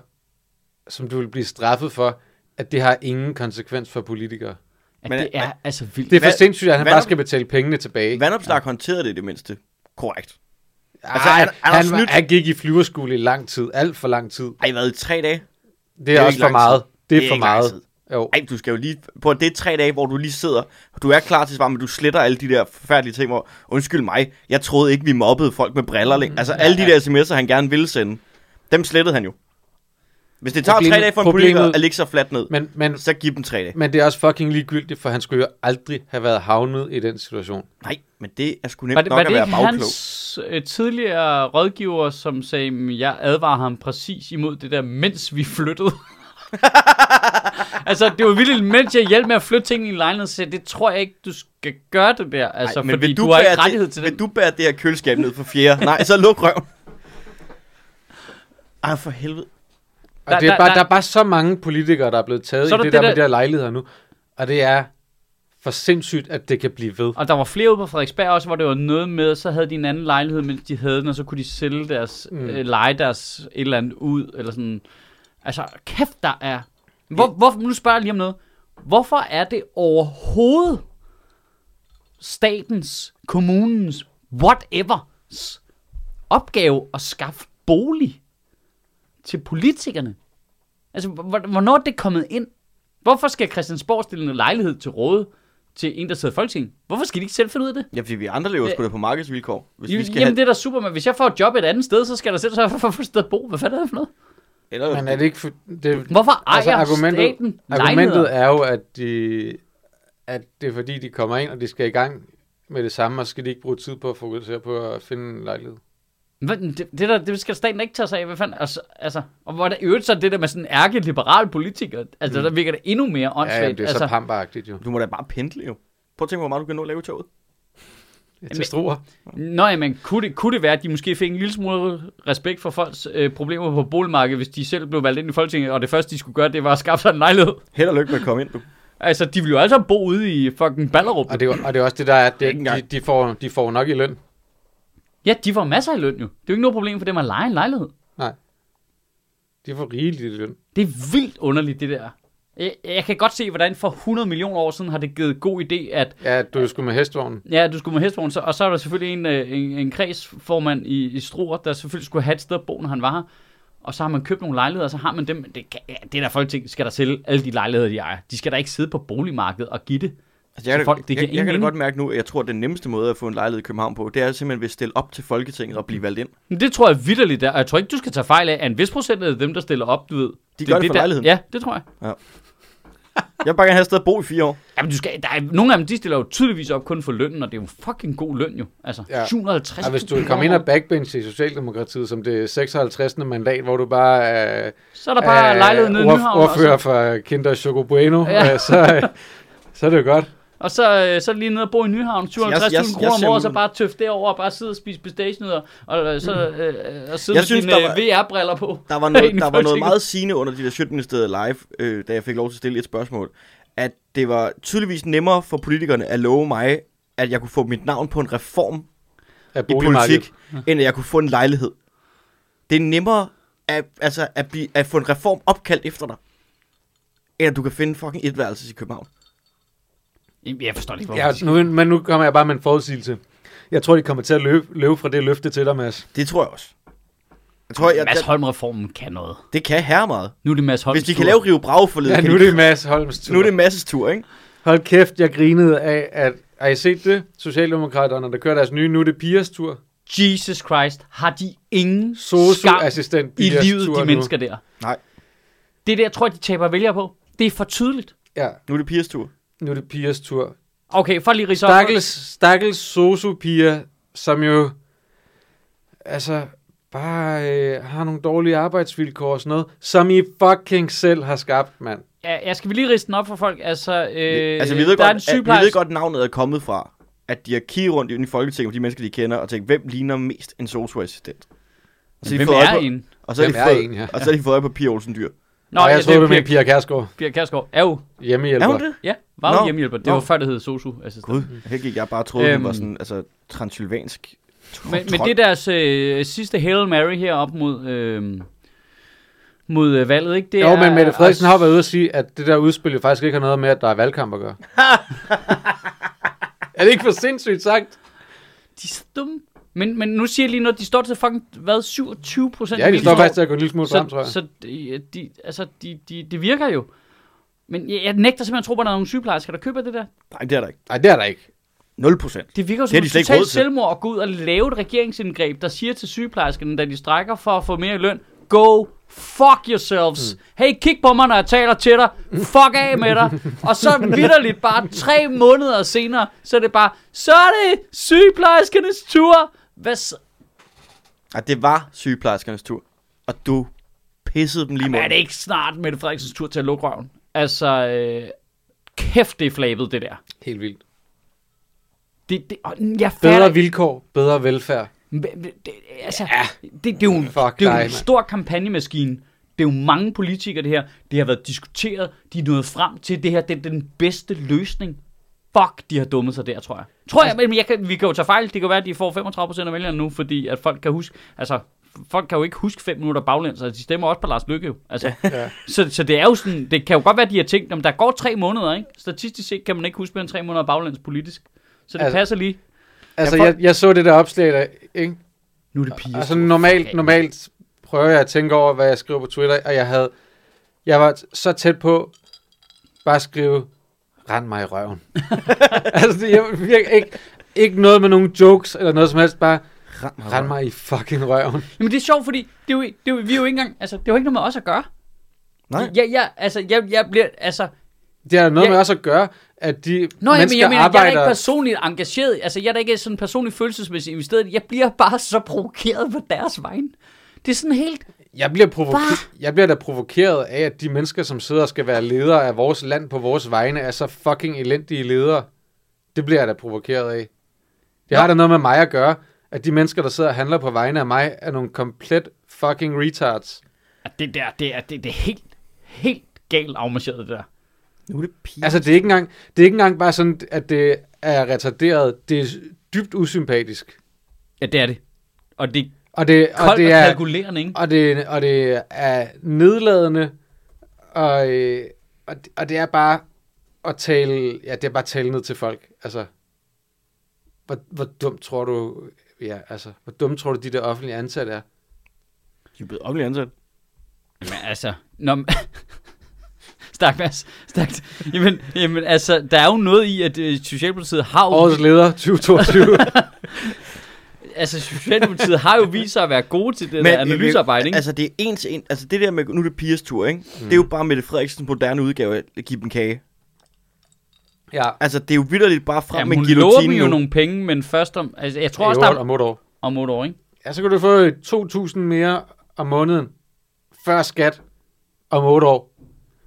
Speaker 3: som du vil blive straffet for, at det har ingen konsekvens for politikere.
Speaker 1: At
Speaker 2: Men-
Speaker 1: det er altså vildt.
Speaker 3: Det er for
Speaker 2: Hvad-
Speaker 3: sindssygt, at han
Speaker 2: hvad
Speaker 3: bare
Speaker 2: er-
Speaker 3: skal betale pengene tilbage.
Speaker 2: Vandopslag håndterede det i det mindste. Korrekt.
Speaker 3: Altså,
Speaker 2: han-
Speaker 3: han,
Speaker 2: han
Speaker 3: han,
Speaker 2: har
Speaker 3: han, var-
Speaker 2: snydt.
Speaker 3: han gik i flyverskole i lang tid. Alt for lang tid.
Speaker 2: Ej, hvad, i tre dage?
Speaker 3: Det er,
Speaker 2: jo
Speaker 3: det er
Speaker 2: ikke
Speaker 3: også for
Speaker 2: lang tid.
Speaker 3: meget. Det er,
Speaker 2: Det er
Speaker 3: for
Speaker 2: ikke lang
Speaker 3: meget.
Speaker 2: tid.
Speaker 3: Jo.
Speaker 2: Ej, du skal jo lige på det er tre dage, hvor du lige sidder, du er klar til svar, men du sletter alle de der forfærdelige ting, hvor, undskyld mig, jeg troede ikke, vi mobbede folk med briller.
Speaker 1: Mm.
Speaker 2: længere." Altså, alle de der sms'er, han gerne ville sende, dem slettede han jo. Hvis det tager tre
Speaker 3: Problemet-
Speaker 2: dage for en
Speaker 3: problemet-
Speaker 2: politiker at lægge sig fladt ned,
Speaker 3: Men, men,
Speaker 2: så giv dem tre dage.
Speaker 3: men det er også fucking ligegyldigt, for han skulle jo aldrig have været havnet i den situation.
Speaker 2: Nej, men det er sgu nemt
Speaker 1: var det,
Speaker 2: nok
Speaker 1: var
Speaker 2: at
Speaker 1: det
Speaker 2: være
Speaker 1: ikke
Speaker 2: bagklog.
Speaker 1: hans øh, tidligere rådgiver, som sagde, "Mm, jeg advarer ham præcis imod det der, mens vi flyttede? altså, det var vildt, mens jeg hjalp med at flytte ting i en lejlighed, så sagde jeg, det tror jeg ikke, du skal gøre det der. Altså, Ej,
Speaker 2: men
Speaker 1: fordi
Speaker 2: vil
Speaker 1: du, har
Speaker 2: bære
Speaker 1: ikke rettighed
Speaker 2: det,
Speaker 1: til
Speaker 2: vil
Speaker 1: det.
Speaker 2: du bære det her køleskab ned for fjerde? Nej, så luk røven. Ej, for helvede.
Speaker 3: Og
Speaker 1: Der-
Speaker 3: der, det er
Speaker 1: der-
Speaker 3: bare,
Speaker 1: der-
Speaker 3: der, er bare så mange politikere, der er blevet taget
Speaker 1: Så
Speaker 3: i
Speaker 1: er der
Speaker 3: det, det
Speaker 1: det
Speaker 3: der, med
Speaker 1: der-
Speaker 3: de der lejligheder nu. Og det er for sindssygt, at det kan blive ved.
Speaker 1: Og der var flere ude på Frederiksberg også, hvor det var noget med, så havde de en anden lejlighed, mens de havde den, og så kunne de sælge deres, mm.
Speaker 3: Mm.
Speaker 1: øh, lege deres et eller andet ud, eller sådan. Altså, kæft der er. Hvor, hvor, nu spørger jeg lige om noget. Hvorfor er det overhovedet statens, kommunens, whatever, opgave at skaffe bolig til politikerne? Altså, hvor- hvornår er det kommet ind? Hvorfor skal Christiansborg stille en lejlighed til råd? til en, der sidder i Folketinget. Hvorfor skal de ikke selv finde ud af det?
Speaker 2: Ja, fordi vi andre lever sgu da på markedsvilkår. Hvis vi skal
Speaker 1: Jamen,
Speaker 2: have,
Speaker 1: det er da super, men hvis jeg får et job et andet sted, så skal der selv sørge for at få et sted at bo. Hvad fanden er det for noget?
Speaker 2: eller,
Speaker 3: Men er det ikke... For, det,
Speaker 1: Hvorfor ejer
Speaker 3: Altså,
Speaker 1: altså,
Speaker 3: argumentet-
Speaker 1: staten
Speaker 3: argumentet
Speaker 1: lejligheder?
Speaker 3: er jo, at, de, at det er fordi, de kommer ind, og de skal i gang med det samme, og så skal de ikke bruge tid på at fokusere på at finde en lejlighed.
Speaker 1: Hvad, det, det, der, det skal staten ikke tage sig af. Hvad fanden? Altså, altså, og hvor er det i øvrigt så det der med sådan en ærkeliberal politiker? Altså, mm. der virker det endnu mere
Speaker 3: Ja,
Speaker 1: åndssvagt.
Speaker 3: jamen, det er
Speaker 1: altså,
Speaker 3: så pamperagtigt jo.
Speaker 2: du må da bare pendle, jo. Prøv at tænke, hvor meget du kan nå at lave i toget.
Speaker 3: Ja, Til struer.
Speaker 1: Nå, ja, men kunne det, kunne det være, at de måske fik en lille smule respekt for folks øh, problemer på boligmarkedet, hvis de selv blev valgt ind i Folketinget, og det første, de skulle gøre, det var at skaffe sig en lejlighed?
Speaker 2: Held og lykke med at komme ind, du.
Speaker 1: Altså, de ville jo alle sammen bo ude i fucking Ballerup.
Speaker 3: Og det, er jo- og det er også det, der er, at det,
Speaker 2: Ikke
Speaker 3: de,
Speaker 2: engang.
Speaker 3: de, får, de får nok i løn.
Speaker 1: Ja, de får masser af løn jo. Det er jo ikke noget problem for dem at lege en lejlighed.
Speaker 3: De får rigeligt i løn.
Speaker 1: Det er vildt underligt, det der. Jeg, jeg kan godt se, hvordan for 100 millioner år siden har det givet god idé, at
Speaker 3: Ja, du er jo sgu med hestvognen.
Speaker 1: Ja, du skulle med hestvogn, så, og så er der selvfølgelig en, øh, en, en kredsformand i, i Struer, der selvfølgelig skulle have et sted at bo, når han var her. Og så har man købt nogle lejligheder, og så har man dem. Men Det, kan, ja, det er der folk ting, skal der sælge alle de lejligheder, de ejer. De skal da ikke sidde på boligmarkedet og give det.
Speaker 2: Altså, jeg,
Speaker 1: Så
Speaker 2: kan,
Speaker 1: folk,
Speaker 2: folk,
Speaker 1: det giver
Speaker 2: jeg, jeg
Speaker 1: ingen
Speaker 2: kan da
Speaker 1: mening.
Speaker 2: godt mærke nu, at jeg tror, at den nemmeste måde at få en lejlighed i København på, det er simpelthen ved at stille op til Folketinget og blive valgt ind.
Speaker 1: Men det tror jeg vidderligt der, og jeg tror ikke, du skal tage fejl af, at en vis procent af dem, der stiller op, du ved.
Speaker 2: gør det
Speaker 1: der,
Speaker 2: for lejligheden.
Speaker 1: Ja, det tror jeg.
Speaker 2: Jeg vil bare gerne have et sted at bo i fire år.
Speaker 1: Jamen, du skal, der er, nogle af dem, de stiller jo tydeligvis op kun for lønnen, og det er jo fucking god løn jo. Altså,
Speaker 3: Ja.
Speaker 1: ja. 750
Speaker 3: Og hvis du kommer ind
Speaker 1: og...
Speaker 3: og backbench i Socialdemokratiet, som det 56. mandat, hvor du bare er,
Speaker 1: Så er der bare
Speaker 2: Øh,
Speaker 1: lejlighed nede i Nyhavn. og så-
Speaker 3: ordfører for Kinder Choco Bueno,
Speaker 1: Ja.
Speaker 3: ja. så, øh, så er det jo godt.
Speaker 1: Og så, øh, så lige nede og bo i Nyhavn,
Speaker 2: Jeg- jeg-
Speaker 1: 750.000
Speaker 2: jeg
Speaker 1: kroner om
Speaker 2: ser
Speaker 1: året, og så
Speaker 2: muligheden.
Speaker 1: bare tøffe derover og bare sidde og spise pistachenødder, og, øh, så, øh, og sidde
Speaker 2: Jeg
Speaker 1: med
Speaker 2: synes,
Speaker 1: synes,
Speaker 2: der
Speaker 1: dine
Speaker 2: var-
Speaker 1: øh, VR-briller på.
Speaker 2: Der var noget,
Speaker 1: Ind i
Speaker 2: der var noget
Speaker 1: Folketinget.
Speaker 2: meget sigende under de der Sjøtministeriet live, øh, da jeg fik lov til at stille et spørgsmål, at det var tydeligvis nemmere for politikerne at love mig, at jeg kunne få mit navn på en reform
Speaker 3: Af
Speaker 2: i
Speaker 3: boligmarkedet.
Speaker 2: politik, end at jeg kunne få en lejlighed. Det er nemmere at, altså, at, blive, at få en reform opkaldt efter dig, end at du kan finde fucking etværelses i København.
Speaker 1: Jamen, Jeg forstår ikke, hvorfor.
Speaker 3: Ja, nu, men nu kommer jeg bare med en forudsigelse. Jeg tror, de kommer til at løbe, løbe fra det løfte til dig, Mads.
Speaker 2: Det tror jeg også. Jeg tror, jeg,
Speaker 1: Mads
Speaker 2: jeg,
Speaker 1: Holm-reformen kan noget.
Speaker 2: det kan herre meget.
Speaker 1: Nu er det Mads Holm.
Speaker 2: Hvis de kan lave Rio Bravo forleden,
Speaker 3: Ja,
Speaker 2: kan
Speaker 3: nu er
Speaker 2: de-
Speaker 3: det Mads Holms tur.
Speaker 2: nu er det masses tur, ikke?
Speaker 3: Hold kæft, jeg grinede af, at... Har I set det? Socialdemokraterne, der kører deres nye, nu er det Pias tur.
Speaker 1: Jesus Christ, har de ingen skam
Speaker 2: altså,
Speaker 3: Sosu-assistent
Speaker 1: i
Speaker 3: Pias
Speaker 1: livet,
Speaker 3: tur
Speaker 1: de
Speaker 3: nu.
Speaker 1: mennesker der?
Speaker 2: Nej.
Speaker 1: Det er det, jeg tror, de taber vælger på. Det er for tydeligt.
Speaker 3: Ja,
Speaker 2: Nu er det Pias tur.
Speaker 3: nu er det Pias tur.
Speaker 1: Okay, for lige ridse op.
Speaker 3: Stakkels, stakkels sosu-piger, som jo altså bare øh, har nogle dårlige arbejdsvilkår og sådan noget, som I fucking selv har skabt, mand.
Speaker 1: Ja, jeg skal vi lige ridse den op for folk. Altså, øh,
Speaker 2: altså, vi ved,
Speaker 1: der er en
Speaker 2: godt, at, vi ved
Speaker 1: sygeplejerske.
Speaker 2: godt, navnet er kommet fra, at de har kigget rundt i Folketinget på de mennesker, de kender, og tænkt, hvem ligner mest en sosu-assistent? Og så har de
Speaker 1: Hvem
Speaker 2: fået øje
Speaker 1: er
Speaker 2: på-
Speaker 1: en?
Speaker 2: Og så har de
Speaker 3: Hvem er
Speaker 2: fået-
Speaker 3: en, ja.
Speaker 2: og så har de fået øje på Pia Olsen Dyr.
Speaker 3: Nå, og jeg
Speaker 1: ja,
Speaker 3: troede,
Speaker 1: det
Speaker 3: du
Speaker 1: er
Speaker 3: med
Speaker 1: Pia,
Speaker 3: Pia Kærsgaard,
Speaker 1: Pia Kærsgaard. Er jo
Speaker 2: Er
Speaker 3: hjemmehjælper.
Speaker 2: hun det?
Speaker 1: Ja, var jo
Speaker 2: Nå.
Speaker 1: hjemmehjælper. Det
Speaker 2: Nå.
Speaker 1: var før, det hed sosu-assistent.
Speaker 2: Gud, her gik jeg bare og troede, øhm,
Speaker 1: Øhm.
Speaker 2: hun var sådan, altså, transylvansk.
Speaker 1: Men, men det er deres øh, sidste Hail Mary her op mod, øh, mod øh, valget, ikke? Det
Speaker 3: Jo, men Mette Frederiksen
Speaker 1: at-
Speaker 3: har været ude at sige, at det der udspil jo faktisk ikke har noget med, at der er valgkamp at gøre. er det ikke for sindssygt sagt?
Speaker 1: De er dumme. Men, men nu siger jeg lige noget, de står til fucking, hvad, 27 procent?
Speaker 3: Ja, de står faktisk til at gå en lille smule frem, tror
Speaker 1: så,
Speaker 3: jeg.
Speaker 1: så de, de, altså, de, de, det virker jo. Men jeg, jeg nægter simpelthen at tro på, at der er nogle sygeplejersker, der køber det der.
Speaker 2: Nej, det er der ikke.
Speaker 3: Nej, det er der ikke.
Speaker 2: 0 procent.
Speaker 1: Det virker jo
Speaker 2: Det har
Speaker 1: som
Speaker 2: de
Speaker 1: et
Speaker 2: slet ikke råd
Speaker 1: totalt
Speaker 2: til.
Speaker 1: selvmord at gå ud og lave et regeringsindgreb, der siger til sygeplejerskerne, da de strækker for at få mere i løn, go fuck yourselves. Mm. Hey, kig på mig, når jeg taler til dig. Fuck af med dig. og så vidderligt bare tre måneder senere, så er det bare, så er det sygeplejerskernes tur. Hvad s-
Speaker 2: Nej, det var sygeplejerskernes tur. Og du pissede dem lige
Speaker 1: er
Speaker 2: mod.
Speaker 1: det ikke snart Mette Frederiksens tur til at lukke røven? Altså, øh, kæft det er flabet, det der.
Speaker 3: Helt vildt.
Speaker 1: Det, det, og jeg fatter
Speaker 3: Bedre vilkår, bedre velfærd.
Speaker 1: Men- men Det, altså, ja. det, det er jo en,
Speaker 3: Fuck
Speaker 1: det er
Speaker 3: dig,
Speaker 1: jo en
Speaker 3: mand.
Speaker 1: stor kampagnemaskine. Det er jo mange politikere, det her. Det har været diskuteret. De er nået frem til, det her det er den bedste løsning. Fuck, de har dummet sig der, tror jeg. Tror jeg,
Speaker 3: Altså-
Speaker 1: men jeg kan, vi kan jo tage fejl. Det kan være, at de får 35% af vælgerne nu, fordi at folk kan huske... Altså, folk kan jo ikke huske 5 minutter baglæns, og de stemmer også på Lars Lykke. jo. Altså,
Speaker 3: Ja.
Speaker 1: så, så det er jo sådan, det kan jo godt være, at de har tænkt, om der går tre måneder, ikke? Statistisk set kan man ikke huske mere end tre måneder baglæns politisk. Så det altså,
Speaker 3: Altså-
Speaker 1: passer lige.
Speaker 3: Altså,
Speaker 2: Jeg får-
Speaker 3: jeg, jeg så det der opslag, der, ikke?
Speaker 1: Nu er det piger.
Speaker 3: Altså normalt, normalt prøver jeg at tænke over, hvad jeg skriver på Twitter, og jeg havde, jeg var t- så tæt på bare at skrive rend mig i røven. altså, det er virkelig ikke, ikke noget med nogen jokes eller noget som helst, bare
Speaker 2: Rand mig.
Speaker 3: rend mig i fucking røven.
Speaker 1: Jamen det er sjovt, fordi det er jo, det er jo, vi er jo ikke engang, altså, det er jo ikke noget med os at gøre.
Speaker 2: Nej.
Speaker 1: Jeg, jeg, altså, jeg, jeg bliver, altså,
Speaker 3: Det har noget
Speaker 1: Ja.
Speaker 3: med også at gøre, at de
Speaker 1: Nå, jeg,
Speaker 3: mennesker
Speaker 1: men jeg mener, jeg er
Speaker 3: arbejder...
Speaker 1: da ikke personligt engageret. Altså, jeg er da ikke sådan personligt følelsesmæssigt investeret. i det. Jeg bliver bare så provokeret på deres vegne. Det er sådan helt...
Speaker 3: Jeg bliver, provoke- jeg bliver da provokeret af, at de mennesker, som sidder og skal være ledere af vores land på vores vegne, er så fucking elendige ledere. Det bliver jeg da provokeret af. Det har da noget med mig at gøre, at de mennesker, der sidder og handler på vegne af mig, er nogle komplet fucking retards.
Speaker 1: At det der, det er, det, det er helt, helt galt afmarcheret, det der.
Speaker 2: Nu er det pige.
Speaker 3: Altså, det er, ikke engang, det er ikke engang bare sådan, at det er retarderet. Det er dybt usympatisk.
Speaker 1: Ja, det er det. Og det er
Speaker 3: Og det, og
Speaker 1: koldt
Speaker 3: det
Speaker 1: og,
Speaker 3: er,
Speaker 1: kalkulerende, ikke?
Speaker 3: og det, og det er nedladende, og, øh, og, det- og det er bare at tale, ja, det er bare at tale ned til folk. Altså, hvor, hvor dumt tror du, ja, altså, hvor dumt tror du, de der offentlige ansatte er?
Speaker 2: De er blevet offentlig ansat.
Speaker 1: Jamen, altså... Nå, men- Stærkt, Mads. Stærkt. Jamen, jamen, altså, der er jo noget i, at øh, Socialdemokratiet har jo...
Speaker 3: Årets leder 2022.
Speaker 1: Altså, Socialdemokratiet har jo vist sig at være gode til det der analysearbejde, ikke?
Speaker 2: Altså, det er en til en. Altså, det der med, nu er det pigers tur, ikke? Mm. Det er jo bare Mette Frederiksens moderne udgave af at give dem kage.
Speaker 3: ja,
Speaker 2: Altså, det er jo vidderligt bare frem med
Speaker 1: Jamen, hun lover
Speaker 2: guillotinen
Speaker 1: dem jo
Speaker 2: nu.
Speaker 1: nogle penge, men først om... Altså, jeg tror
Speaker 3: i
Speaker 1: også,
Speaker 3: år,
Speaker 1: der er
Speaker 3: om otte år.
Speaker 1: om otte år, ikke?
Speaker 3: Ja, så kan du få 2.000 mere om måneden, før skat, om otte år.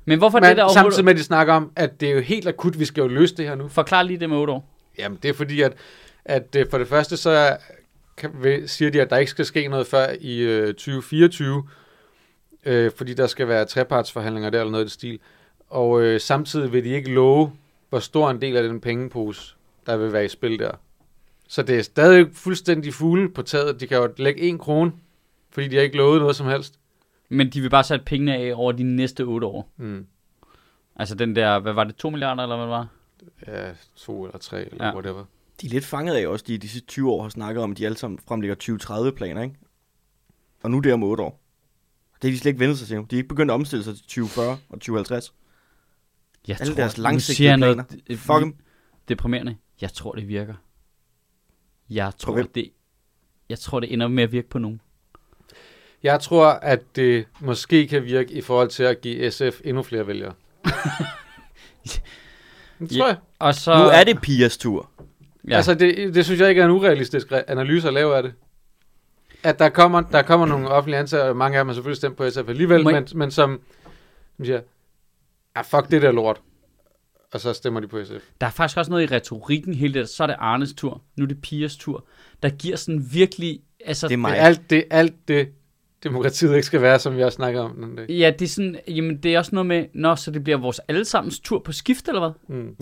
Speaker 1: Men hvorfor Men, det
Speaker 3: Men
Speaker 1: der
Speaker 3: samtidig
Speaker 1: overhovedet...
Speaker 3: med, at de snakker om, at det er jo helt akut, vi skal jo løse det her nu.
Speaker 1: Forklar lige det med otte år.
Speaker 3: Jamen, det er fordi, at, at øh, for det første, så kan, vil- siger de, at der ikke skal ske noget før i øh, 2024, øh, fordi der skal være trepartsforhandlinger der, eller noget i den stil. Og øh, samtidig vil de ikke love, hvor stor en del af den pengepose, der vil være i spil der. Så det er stadig fuldstændig fugle på taget. De kan jo lægge en krone, fordi de har ikke lovet noget som helst.
Speaker 1: Men de vil bare sætte pengene af over de næste otte år.
Speaker 3: Mm.
Speaker 1: Altså den der, hvad var det, 2 milliarder eller hvad det var?
Speaker 3: Ja, to eller tre, eller
Speaker 1: Ja.
Speaker 3: ja. whatever.
Speaker 2: De er lidt fanget af også, de de sidste 20 år har snakket om, at de alle sammen fremlægger 2030-planer, ikke? Og nu er det om 8 år. Det er de slet ikke vendt sig til. De er ikke begyndt at omstille sig til 2040 og 2050.
Speaker 1: Jeg
Speaker 2: Alle
Speaker 1: tror,
Speaker 2: deres
Speaker 1: nu
Speaker 2: langsigtede
Speaker 1: siger jeg
Speaker 2: planer.
Speaker 1: øh,
Speaker 2: Fuck dem.
Speaker 1: Deprimerende. Jeg tror, det virker. Jeg tror,
Speaker 2: hvem?
Speaker 1: det, jeg tror, det ender med at virke på nogen.
Speaker 3: Jeg tror, at det måske kan virke i forhold til at give SF endnu flere vælgere. det tror
Speaker 1: Ja,
Speaker 3: jeg.
Speaker 1: Og så,
Speaker 2: Nu er det Pias tur.
Speaker 1: Ja,
Speaker 3: Ja. Altså, det, det synes jeg ikke er en urealistisk re- analyse at lave af det. At der kommer, der kommer nogle offentlige ansatte, og mange af dem har selvfølgelig stemt på SF alligevel,
Speaker 1: Må jeg-
Speaker 3: men, men som, som siger, ah, fuck det der lort. Og så stemmer de på SF.
Speaker 1: der er faktisk også noget i retorikken hele det. der. Så er det Arnes tur. Nu er det Pias tur. Der giver sådan virkelig... Altså,
Speaker 2: Det er mig.
Speaker 3: Det er alt det, alt det, demokratiet ikke skal være, som vi også snakker om den dag.
Speaker 1: Ja, det er sådan... Jamen, det er også noget med... Nå, så det bliver vores allesammens tur på skift, eller hvad?
Speaker 3: Mm.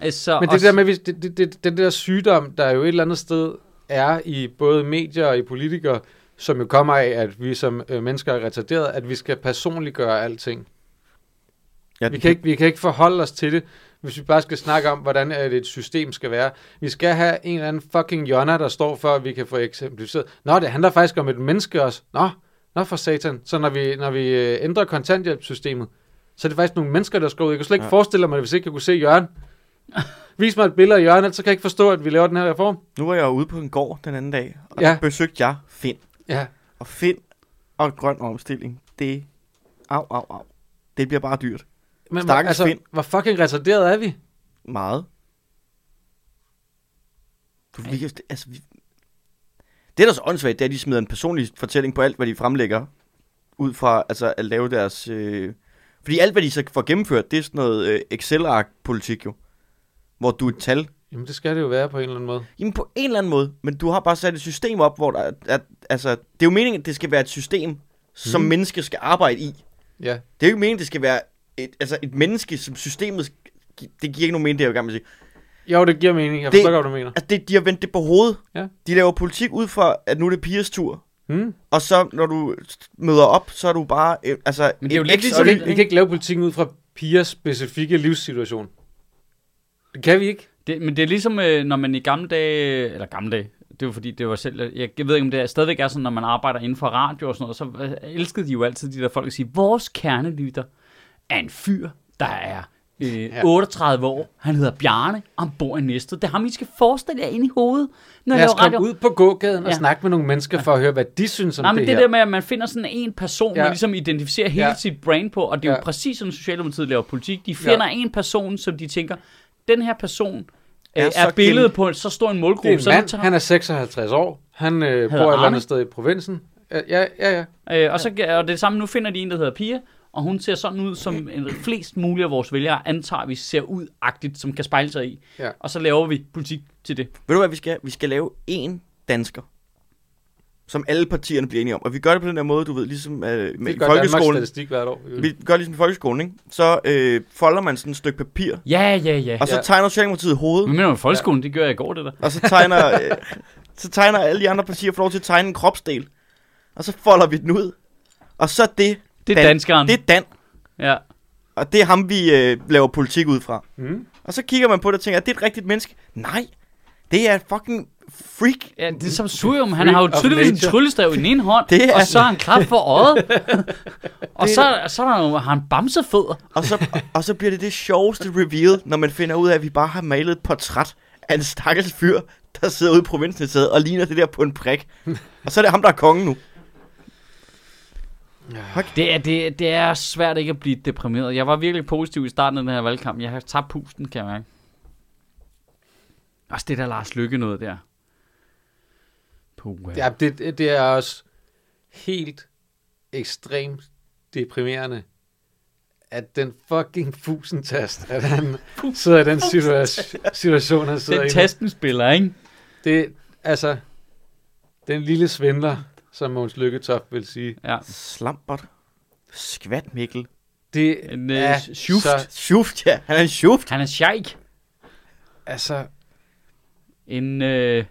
Speaker 1: Altså,
Speaker 3: Men det
Speaker 1: også-
Speaker 3: der med, hvis- det, det, det, den der sygdom, der jo et eller andet sted er i både medier og i politikere, som jo kommer af, at vi som øh, mennesker er retarderet, at vi skal personliggøre alting.
Speaker 2: Ja,
Speaker 3: Vi kan, ikke, vi kan ikke forholde os til det, hvis vi bare skal snakke om, hvordan at et system skal være. Vi skal have en eller anden fucking jonna, der står for, at vi kan få eksemplificeret. Nå, det handler faktisk om et menneske også. Nå, nå for satan. Så når vi, når vi øh, ændrer kontanthjælpssystemet, så er det faktisk nogle mennesker, der skal ud. Jeg kunne slet ikke
Speaker 2: Ja.
Speaker 3: ja. forestille mig, det, hvis ikke jeg kunne se Jørgen. Vis mig et billede af Jørgen, ellers så kan jeg ikke forstå, at vi laver den her reform.
Speaker 2: Nu var jeg ude på en gård den anden dag, og ja.
Speaker 3: Ja.
Speaker 2: der besøgte jeg Finn.
Speaker 3: Ja,
Speaker 2: Og Finn og grøn omstilling, det... Au, au, au. Det bliver bare dyrt.
Speaker 3: men hvor-
Speaker 2: Stakkels
Speaker 3: altså,
Speaker 2: Finn.
Speaker 3: hvor fucking retarderet er vi?
Speaker 2: Meget. Du, vi kan, altså, vi... Det, der er så åndssvagt, det er, at de smider en personlig fortælling på alt, hvad de fremlægger. Ud fra altså, at lave deres... Øh... Fordi alt, hvad de så får gennemført, det er sådan noget øh, Excel-ark-politik jo. Hvor du er et tal.
Speaker 3: Jamen, det skal det jo være på en eller anden måde.
Speaker 2: Jamen på en eller anden måde, men du har bare sat et system op, hvor der er, at, altså, det er jo meningen, at det skal være et system, som
Speaker 3: Mhm.
Speaker 2: mennesker skal arbejde i.
Speaker 3: Ja.
Speaker 2: Det er jo ikke meningen, det skal være et, altså et menneske, som systemet... sk- gi- Det giver ikke nogen mening, det jeg vil gerne sige.
Speaker 3: Jo, det giver mening. Jeg
Speaker 2: Det-
Speaker 3: forstår godt, hvad du mener.
Speaker 2: Altså, det, de har vendt det på hovedet.
Speaker 3: Ja.
Speaker 2: De laver politik ud fra, at nu er det pigers tur.
Speaker 3: Hmm?
Speaker 2: Og så, når du s- møder op, så er du bare... Øh, altså,
Speaker 1: Men det er jo
Speaker 2: en
Speaker 1: lidt
Speaker 2: X-
Speaker 1: ligesom-
Speaker 3: Så
Speaker 2: og
Speaker 3: vi,
Speaker 1: det-
Speaker 3: vi kan ikke lave politikken ud fra pigers specifikke livssituation. Det kan vi ikke.
Speaker 1: Det, men det er ligesom, øh, når man i gamle dage, eller gamle dage, det var fordi, det var selv, jeg, jeg ved ikke, om det er, stadigvæk er sådan, når man arbejder inden for radio og sådan noget, så øh, elskede de jo altid de der folk at sige, vores kernelytter er en fyr, der er øh, 38 år. Han hedder Bjarne, og han bor i Næstved. Det er ham, I skal forestille jer ind i hovedet, når jeg
Speaker 3: Lad os
Speaker 1: laver radio.
Speaker 3: komme ud på gågaden og
Speaker 1: Ja.
Speaker 3: snakke med nogle mennesker for at høre, hvad de synes om
Speaker 1: Nej, men det,
Speaker 3: her.
Speaker 1: det der med, at man finder sådan en person, ja.
Speaker 3: Ja.
Speaker 1: man ligesom identificerer hele
Speaker 3: Ja.
Speaker 1: ja. sit brand på, og det er jo
Speaker 3: Ja.
Speaker 1: præcis sådan, Socialdemokratiet laver politik. De finder
Speaker 3: Ja.
Speaker 1: ja. en person, som de tænker, den her person
Speaker 2: Er
Speaker 1: er,
Speaker 2: så
Speaker 1: er billedet
Speaker 2: gen-
Speaker 1: på en, så stor en målgruppe.
Speaker 3: det er en
Speaker 1: så
Speaker 3: mand, han er 56 år, han øh, bor et eller
Speaker 1: Arne?
Speaker 3: andet sted i provinsen. Ja, ja, ja. ja.
Speaker 1: Øh, og, så, og det samme, nu finder de en, der hedder Pia, og hun ser sådan ud, som en, flest mulige af vores vælgere antager, vi ser ud-agtigt, som kan spejle sig i.
Speaker 3: Ja.
Speaker 1: Og så laver vi politik til det.
Speaker 2: Ved du hvad vi skal? Vi skal lave én dansker, som alle partierne bliver enige om. Og vi gør det på den der måde, du ved, ligesom øh, med
Speaker 3: Det
Speaker 2: i
Speaker 3: gør Danmarks
Speaker 2: folkeskolen.
Speaker 3: statistik hvert år.
Speaker 2: Vi gør ligesom i folkeskolen, ikke? Så øh, folder man sådan et stykke papir,
Speaker 1: Ja, ja, ja.
Speaker 2: og så
Speaker 3: Ja.
Speaker 2: tegner Socialdemokratiet hovedet,
Speaker 1: Men mener om folkeskolen, det gør jeg i går, det der.
Speaker 2: og så tegner, øh, så tegner alle de andre partier for lov til at tegne en kropsdel. Og så folder vi den ud. Og så er det,
Speaker 1: Det er
Speaker 2: Dan-
Speaker 1: danskeren.
Speaker 2: det er Dan.
Speaker 1: Ja.
Speaker 2: Og det er ham, vi øh, laver politik ud fra.
Speaker 3: Mm.
Speaker 2: Og så kigger man på det og tænker, er det et rigtigt menneske? Nej, det er et fucking freak.
Speaker 1: ja, det er som Surium. Han
Speaker 3: Freak
Speaker 1: har jo
Speaker 3: of
Speaker 1: tydeligvis en
Speaker 3: nature.
Speaker 1: tryllestav i den ene hånd,
Speaker 2: Det er-
Speaker 1: og så har han klap for øjet. og så, så er der, jo- har han bamsefødder.
Speaker 2: Og så, og så bliver det det sjoveste reveal, når man finder ud af, at vi bare har malet et portræt af en stakkels fyr, der sidder ude i provinsen et sted og ligner det der på en prik. Og så er det ham, der er kongen nu.
Speaker 1: Det er, det, det er svært ikke at blive deprimeret. Jeg var virkelig positiv i starten af den her valgkamp. Jeg har tabt pusten, kan jeg mærke. Også det der Lars Lykke noget der. Puh, ja.
Speaker 3: Ja, det, det- det er også helt ekstremt deprimerende, at den fucking fusentast, at han sidder i den situation, situation han sidder
Speaker 1: Den
Speaker 3: i. nu.
Speaker 1: tasten spiller, ikke?
Speaker 3: Det altså, den lille svindler, som Måns Lykketoft vil sige,
Speaker 1: Ja.
Speaker 2: Slampert. Skvat Mikkel.
Speaker 3: det
Speaker 1: En, øh,
Speaker 3: er
Speaker 1: schuft.
Speaker 3: så,
Speaker 2: Schuft, ja. Han er en schuft.
Speaker 1: Han er sheik.
Speaker 3: altså,
Speaker 1: En øh,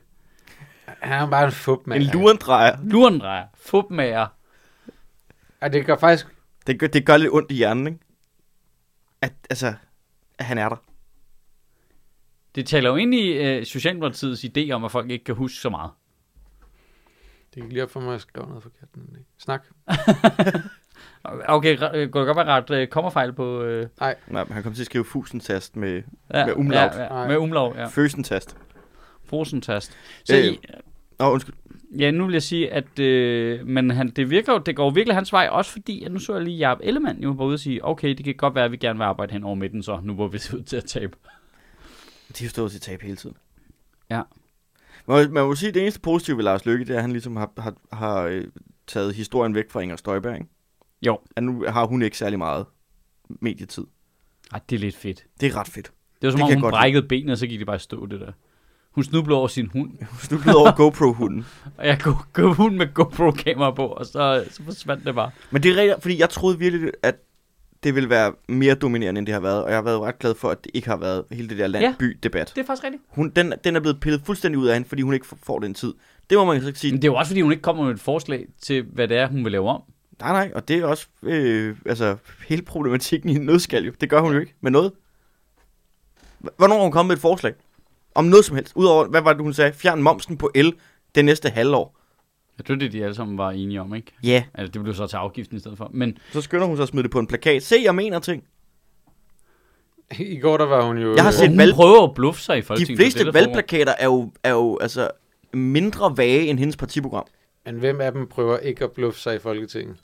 Speaker 3: han er bare en fup, mand.
Speaker 2: En lurendrejer.
Speaker 1: lurendrejer. Fupmager.
Speaker 3: Og det gør faktisk,
Speaker 2: Det gør, det gør lidt ondt i hjernen, ikke? At, altså, at han er der.
Speaker 1: Det taler jo ind i øh, Socialdemokratiets idé om, at folk ikke kan huske så meget.
Speaker 3: det kan lige op for mig at skrive noget forkert. men ikke. Snak.
Speaker 1: Okay, re- øh, kunne det godt være ret øh, kommerfejl på... Øh,
Speaker 2: Nej, men han kom til at skrive fusentast med
Speaker 1: ja,
Speaker 2: Med umlaut.
Speaker 1: Ja, ja,
Speaker 3: Nej.
Speaker 1: med umlaut, ja.
Speaker 2: ja. føsentast.
Speaker 1: Frosentast. Så
Speaker 2: Øh,
Speaker 1: I,
Speaker 2: Nå, undskyld.
Speaker 1: Ja, nu vil jeg sige, at øh, men han, det, virker, jo- det går jo virkelig hans vej, også fordi, at nu så jeg lige Jacob Ellemann jo var ude og sige, okay, det kan godt være, at vi gerne vil arbejde hen over midten, så nu hvor vi ser ud til at tabe.
Speaker 2: De har stået til tab hele tiden.
Speaker 1: Ja.
Speaker 2: Man, man må sige, at det eneste positive ved Lars Løkke, det er, at han ligesom har, har, har øh, taget historien væk fra Inger Støjberg, ikke?
Speaker 1: Jo.
Speaker 2: At nu har hun ikke særlig meget medietid.
Speaker 1: Ej, det er lidt fedt.
Speaker 2: Det er ret fedt.
Speaker 1: Det var som
Speaker 2: Det
Speaker 1: om,
Speaker 2: kan jeg
Speaker 1: hun
Speaker 2: godt
Speaker 1: brækkede benet, og så gik det bare i stå, det der. Hun snublede over sin hund,
Speaker 2: Hun snublede over GoPro-hunden.
Speaker 1: og jeg går go- hund med GoPro-kamera på, og så, så forsvandt det bare.
Speaker 2: Men det er rigtigt, fordi jeg troede virkelig, at det ville være mere dominerende, end det har været. Og jeg har været ret glad for, at det ikke har været hele det der land-by-debat.
Speaker 1: Det er faktisk rigtigt.
Speaker 2: Hun, den, den er blevet pillet fuldstændig ud af hende, fordi hun ikke f- får den tid. Det må man så ikke sige.
Speaker 1: Men det er jo også, fordi hun ikke kommer med et forslag til, hvad det er, hun vil lave om.
Speaker 2: Nej, nej, og det er også øh, altså, hele problematikken i en nødskal jo. Det gør hun jo ikke med noget. H- Hvornår har hun kommet med et forslag? Om noget som helst. Udover, hvad var det, hun sagde? Fjern momsen på el det næste halvår.
Speaker 1: Jeg tror, det er de alle sammen var enige om, ikke?
Speaker 2: Ja. Yeah.
Speaker 1: Altså, det blev så til afgiften i stedet for. Men
Speaker 2: Så skynder hun sig at smide det på en plakat. Se, jeg mener ting.
Speaker 3: I går der var hun jo...
Speaker 2: Jeg har set
Speaker 1: hun
Speaker 2: valg-
Speaker 1: prøver at bluffe sig i
Speaker 2: De
Speaker 1: Folketinget. det er
Speaker 2: fleste
Speaker 1: det, der foregår.
Speaker 2: valgplakater er jo, er jo altså, mindre vage end hendes partiprogram.
Speaker 3: Men hvem af dem prøver ikke at bluffe sig i Folketinget?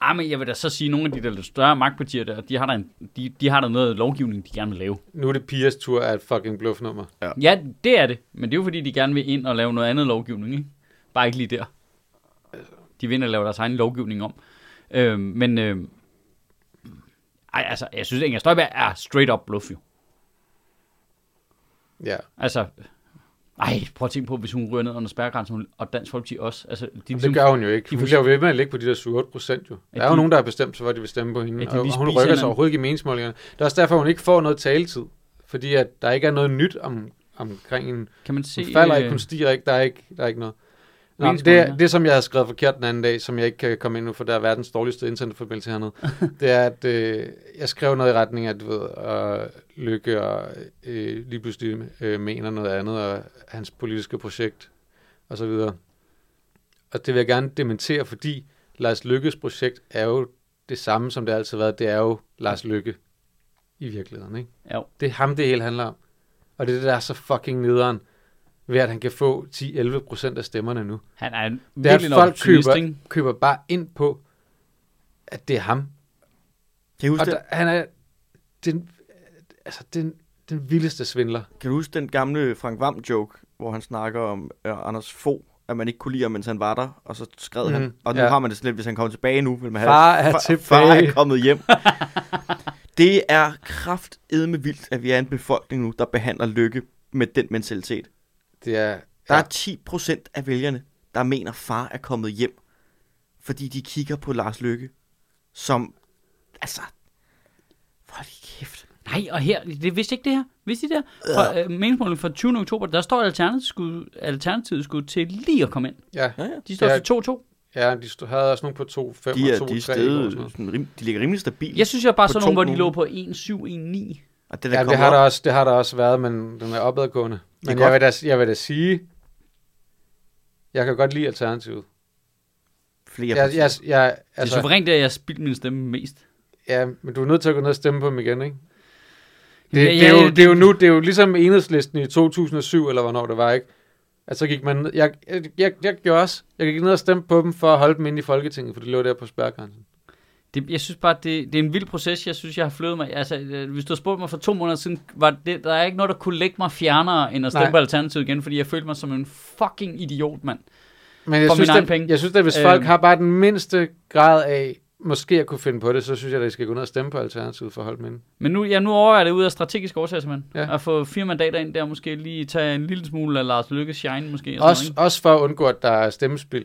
Speaker 1: Ah, men jeg vil da så sige, at nogle af de der lidt større magtpartier der, de har da, en, de, de har da noget lovgivning, de gerne vil lave.
Speaker 3: Nu er det pigers tur af et fucking bluffnummer.
Speaker 1: Ja, det er det. Men det er jo fordi, de gerne vil ind og lave noget andet lovgivning, ikke? Bare ikke lige der. De vil ind og lave deres egen lovgivning om. Øhm, men, øhm, ej, altså, jeg synes, at Inger Støjberg er straight up bluff, jo.
Speaker 3: Ja.
Speaker 1: Altså, ej, prøv at tænke på, hvis hun ryger ned under spærregrænsen, hun- og Dansk Folkeparti også. Altså, de, er
Speaker 3: Jamen,
Speaker 1: ligesom-
Speaker 3: det gør hun jo ikke.
Speaker 1: de
Speaker 3: Hun
Speaker 1: forsøger-
Speaker 3: bliver jo ved med at ligge på de der 7-8 procent jo. Der er jo
Speaker 1: de-
Speaker 3: nogen, der har bestemt sig for, at de vil stemme på hende.
Speaker 1: At de
Speaker 3: og
Speaker 1: lige
Speaker 3: hun
Speaker 1: spiser
Speaker 3: rykker sig
Speaker 1: hinanden.
Speaker 3: overhovedet ikke i meningsmålingerne. Det er også derfor, hun ikke får noget taletid. Fordi at der ikke er noget nyt om, omkring hende.
Speaker 1: kan man
Speaker 3: Hun
Speaker 1: se...
Speaker 3: falder ikke,
Speaker 1: øh,
Speaker 3: hun stiger ikke, der er ikke, der er ikke noget. Nå, men
Speaker 1: Meningsmålinger.
Speaker 3: det, det, som jeg har skrevet forkert den anden dag, som jeg ikke kan komme ind nu, for der er verdens dårligste internetforbindelse hernede, det er, at øh, jeg skrev noget i retning af, du ved, og Lykke og, øh, lige pludselig øh, mener noget andet, og hans politiske projekt, og så videre. Og det vil jeg gerne dementere, fordi Lars Lykkes projekt er jo det samme, som det altid har været. Det er jo Lars Lykke. i virkeligheden, ikke?
Speaker 1: Jo.
Speaker 3: Det er ham, det hele handler om. Og det er det, der er så fucking nederen, ved at han kan få 10-11 procent af stemmerne nu.
Speaker 1: Han er en
Speaker 3: Det er,
Speaker 1: virkelig
Speaker 3: at
Speaker 1: en
Speaker 3: folk
Speaker 1: optimist,
Speaker 3: køber,
Speaker 1: ikke?
Speaker 3: køber bare ind på, at det er ham.
Speaker 2: Kan I huske
Speaker 3: Og
Speaker 2: det?
Speaker 3: der, han er den, altså den, den vildeste svindler.
Speaker 2: Kan du huske den gamle Frank Vam joke, hvor han snakker om øh, Anders Fogh, at man ikke kunne lide ham, mens han var der, og så skred mm, han.
Speaker 3: Mhm,
Speaker 2: Og nu
Speaker 3: ja.
Speaker 2: har man det slet, hvis han kommer tilbage nu, vil man
Speaker 3: Far
Speaker 2: have...
Speaker 3: er
Speaker 2: fa-
Speaker 3: tilbage.
Speaker 2: Far er kommet hjem. det er kraftedme vildt, at vi er en befolkning nu, der behandler lykke med den mentalitet.
Speaker 3: Det er,
Speaker 2: Der
Speaker 3: ja,
Speaker 2: er 10% af vælgerne, der mener, far er kommet hjem, fordi de kigger på Lars Lykke, som... Altså... Hold kæft.
Speaker 1: Nej, og her, det vidste ikke det her. Vidste I det her? Fra, øh, meningsmålingen fra 20. oktober, der står alternativet skulle, alternativet skulle til lige at komme ind.
Speaker 3: ja,
Speaker 2: Ja, ja.
Speaker 1: De står
Speaker 3: Ja.
Speaker 1: til 2-2.
Speaker 3: ja, de stod, havde også nogen på 2, 5
Speaker 2: De, er,
Speaker 3: og 2,
Speaker 2: de,
Speaker 3: 3.
Speaker 2: er
Speaker 3: Stedet,
Speaker 2: stedet, sådan, rim, de ligger rimelig stabilt.
Speaker 1: Jeg synes, jeg bare
Speaker 2: På
Speaker 1: så nogen,
Speaker 2: to
Speaker 1: hvor de
Speaker 2: nu.
Speaker 1: lå på 1-7-1-9.
Speaker 2: Og den er
Speaker 3: ja, det
Speaker 2: kommet
Speaker 3: har,
Speaker 2: op.
Speaker 3: der også, det har der også været, men den er opadgående. Men jeg
Speaker 2: godt.
Speaker 3: vil, da, jeg vil da sige, jeg kan godt lide Alternativet.
Speaker 2: flere
Speaker 3: Jeg, jeg, jeg, jeg,
Speaker 1: Det er
Speaker 3: altså,
Speaker 1: suverænt, det er, at jeg spildte min stemme mest.
Speaker 3: Ja, men du er nødt til at gå ned og stemme på dem igen, ikke? Det,
Speaker 1: Ja,
Speaker 3: ja, det, er
Speaker 1: ja,
Speaker 3: jo,
Speaker 1: ja,
Speaker 3: det, er jo nu, det er jo ligesom enhedslisten i 2007, eller hvornår det var, ikke? At så gik man ned, jeg, jeg, jeg, jeg gjorde også, jeg gik ned og stemte på dem for at holde dem inde i Folketinget, for de lå der på spærgrænsen.
Speaker 1: Det, jeg synes bare, det, det er en vild proces. Jeg synes, jeg har flyttet mig. Altså, øh, hvis du har spurgt mig for to måneder siden, var det, der er ikke noget, der kunne lægge mig fjernere, end at stemme
Speaker 3: Nej.
Speaker 1: på Alternativet igen, fordi jeg følte mig som en fucking idiot, mand.
Speaker 3: Men jeg
Speaker 1: For
Speaker 3: synes,
Speaker 1: mine egne
Speaker 3: at,
Speaker 1: penge.
Speaker 3: jeg synes, at hvis
Speaker 1: Øhm.
Speaker 3: folk har bare den mindste grad af, måske at kunne finde på det, så synes jeg, at I skal gå ned og stemme på Alternativet for at holde dem inde.
Speaker 1: Men nu, ja, nu overvejer jeg det ud af strategiske årsager, simpelthen. Ja.
Speaker 3: Ja.
Speaker 1: At få fire mandater ind der, måske lige tage en lille smule af Lars Lykkes shine, måske. og sådan
Speaker 3: Også,
Speaker 1: noget,
Speaker 3: også for at undgå, at der er stemmespild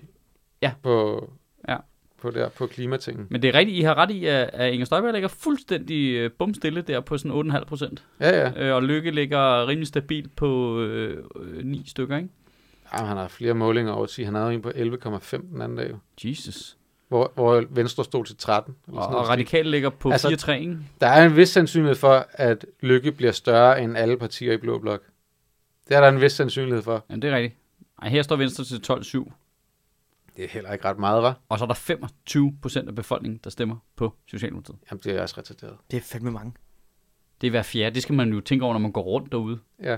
Speaker 1: Ja.
Speaker 3: på,
Speaker 1: Ja.
Speaker 3: på, der, på klimatingen.
Speaker 1: ikke? Men det er rigtigt, I har ret i, at, at Inger Støjberg ligger fuldstændig øh, bumstille der på sådan 8,5 procent.
Speaker 3: Ja, ja.
Speaker 1: Øh, og Lykke ligger rimelig stabilt på øh, øh, 9 stykker, ikke?
Speaker 3: Jamen, han har flere målinger over 10. Han havde en på 11,5 den anden dag. jo.
Speaker 1: Jesus.
Speaker 3: hvor, hvor Venstre stod til 13. Eller
Speaker 1: Og,
Speaker 3: sådan noget.
Speaker 1: og Radikal ligger på
Speaker 3: Altså-
Speaker 1: altså, 4-3, ikke?
Speaker 3: Der er en vis sandsynlighed for, at Lykke bliver større end alle partier i Blå Blok. Det er der en vis sandsynlighed for.
Speaker 1: Jamen, det er rigtigt. Ej, her står Venstre til 12-7.
Speaker 3: Det er heller ikke ret meget, var.
Speaker 1: Og så er der 25 procent af befolkningen, der stemmer på Socialdemokratiet.
Speaker 3: Jamen, det er også retarderet.
Speaker 2: Det er fandme mange.
Speaker 1: Det er hver fjerde. Det skal man jo tænke over, når man går rundt derude.
Speaker 3: Ja.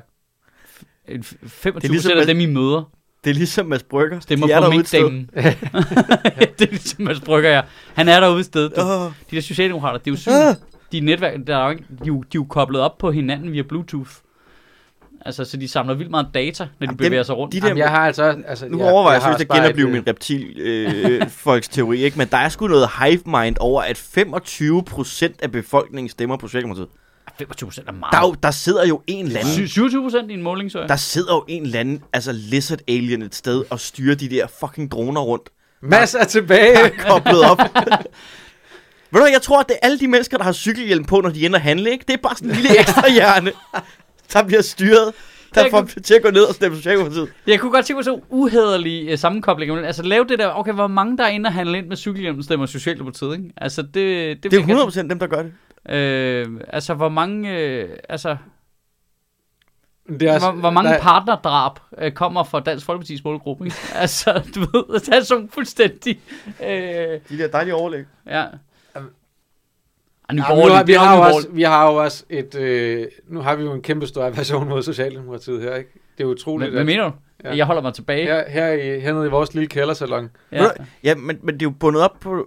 Speaker 1: En f- 25
Speaker 2: Det er ligesom,
Speaker 1: procent af
Speaker 2: at-
Speaker 1: dem, I møder,
Speaker 2: Det er ligesom Mads Brygger.
Speaker 1: stemmer
Speaker 2: De er
Speaker 1: på
Speaker 2: derude et sted.
Speaker 1: minkdamen. det er ligesom, man sprykker jer. Han er derude et sted. Du,
Speaker 2: Åh,
Speaker 1: de der socialdemokrater, det er jo sygt. De netværk, der er jo ikke, de, er jo, de er jo koblet op på hinanden via Bluetooth. Altså, så de samler vildt meget data, når de
Speaker 2: Jamen,
Speaker 1: bevæger
Speaker 2: dem-
Speaker 1: sig rundt.
Speaker 2: de
Speaker 1: De
Speaker 2: der-
Speaker 1: der...
Speaker 3: Jamen, jeg har altså... altså
Speaker 2: nu
Speaker 3: jeg,
Speaker 2: overvejer jeg,
Speaker 3: har
Speaker 2: jeg synes, at
Speaker 3: også bare
Speaker 2: genopleve
Speaker 3: et,
Speaker 2: min reptil øh, folks teori, ikke? Men der er sgu noget hive mind over, at 25% af befolkningen stemmer på Socialdemokratiet.
Speaker 1: 25 procent er
Speaker 2: Der, er
Speaker 1: meget.
Speaker 2: jo- der sidder jo en eller anden...
Speaker 1: Sy- 27 procent i en måling, så jeg.
Speaker 2: Der sidder jo en eller anden, altså lizard alien et sted og styrer de der fucking droner rundt.
Speaker 3: øh, Mads er tilbage!
Speaker 2: Koblet op. Ved du hvad, jeg tror, at det er alle de mennesker, der har cykelhjelm på, når de ender handle, ikke? Det er bare sådan en lille ekstra hjerne, der bliver styret. Der
Speaker 1: Jeg
Speaker 2: får
Speaker 1: kunne-
Speaker 2: dem til at gå ned og stemme Socialdemokratiet.
Speaker 1: Jeg kunne godt tænke mig så uhederlig uh, sammenkobling. imellem- Altså lave det der, okay, hvor mange der er inde og handle ind med cykelhjelmen, stemmer Socialdemokratiet, ikke? Altså det... Det,
Speaker 2: Det
Speaker 1: vil
Speaker 2: er
Speaker 1: jeg gerne-
Speaker 2: 100% dem, der gør det.
Speaker 1: Øh, altså hvor mange... Øh, altså,
Speaker 3: Men Det er
Speaker 1: hvor, hvor mange
Speaker 3: der,
Speaker 1: der... partnerdrab øh, kommer fra Dansk Folkeparti's målgruppe? Ikke? altså, du ved, det er sådan fuldstændig... Øh,
Speaker 2: De der dejlige overlæg.
Speaker 1: ja. Ej, Nye
Speaker 3: Jamen, nu har,
Speaker 1: Borgerlige,
Speaker 3: vi,
Speaker 1: det er
Speaker 3: har
Speaker 1: Nye
Speaker 3: jo
Speaker 1: Borgerlige.
Speaker 3: også, vi har jo også et... Øh, nu har vi jo en kæmpe stor aversion mod Socialdemokratiet her, ikke? Det er utroligt.
Speaker 1: Hvad, hvad
Speaker 3: at-
Speaker 1: mener du?
Speaker 3: Ja.
Speaker 1: Jeg holder mig tilbage. Ja.
Speaker 3: her, her, i, hernede i vores lille kældersalon.
Speaker 2: Ja, ja men, men det er jo bundet op på...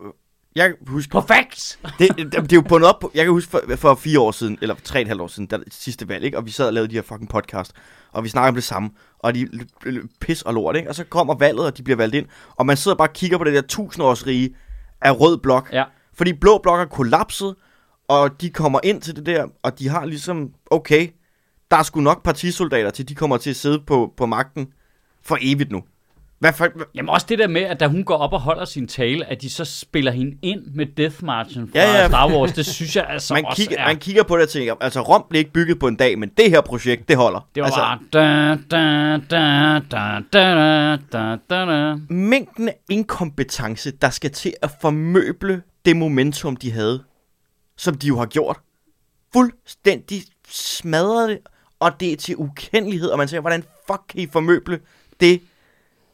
Speaker 2: Jeg kan huske,
Speaker 1: På facts!
Speaker 2: det, det, det er jo bundet op på, jeg kan huske for, for fire år siden, eller for tre og et halvt år siden, der sidste valg, ikke? og vi sad og lavede de her fucking podcast, og vi snakker om det samme, og de l- l- pis og lort, ikke? og så kommer valget, og de bliver valgt ind, og man sidder bare og kigger på det der tusindårsrige af rød blok,
Speaker 1: Ja.
Speaker 2: fordi blå blok er kollapset, og de kommer ind til det der, og de har ligesom, okay, der er sgu nok partisoldater til, de kommer til at sidde på, på magten for evigt nu. Hvad for,
Speaker 1: Jamen også det der med, at da hun går op og holder sin tale, at de så spiller hende ind med Death Marchen fra
Speaker 2: Ja,
Speaker 1: ja,
Speaker 2: ja.
Speaker 1: ja. Star Wars, det synes jeg altså
Speaker 2: man,
Speaker 1: også
Speaker 2: kigger,
Speaker 1: er...
Speaker 2: man kigger på det og tænker, altså Rom blev ikke bygget på en dag, men det her projekt, det holder.
Speaker 1: Det var
Speaker 2: altså,
Speaker 1: altså... bare... Da, da, da, da, da, da, da, da.
Speaker 2: mængden af inkompetence, der skal til at formøble det momentum, de havde, som de jo har gjort. Fuldstændig smadret det, og det er til ukendelighed, og man siger, hvordan fuck kan I formøble det?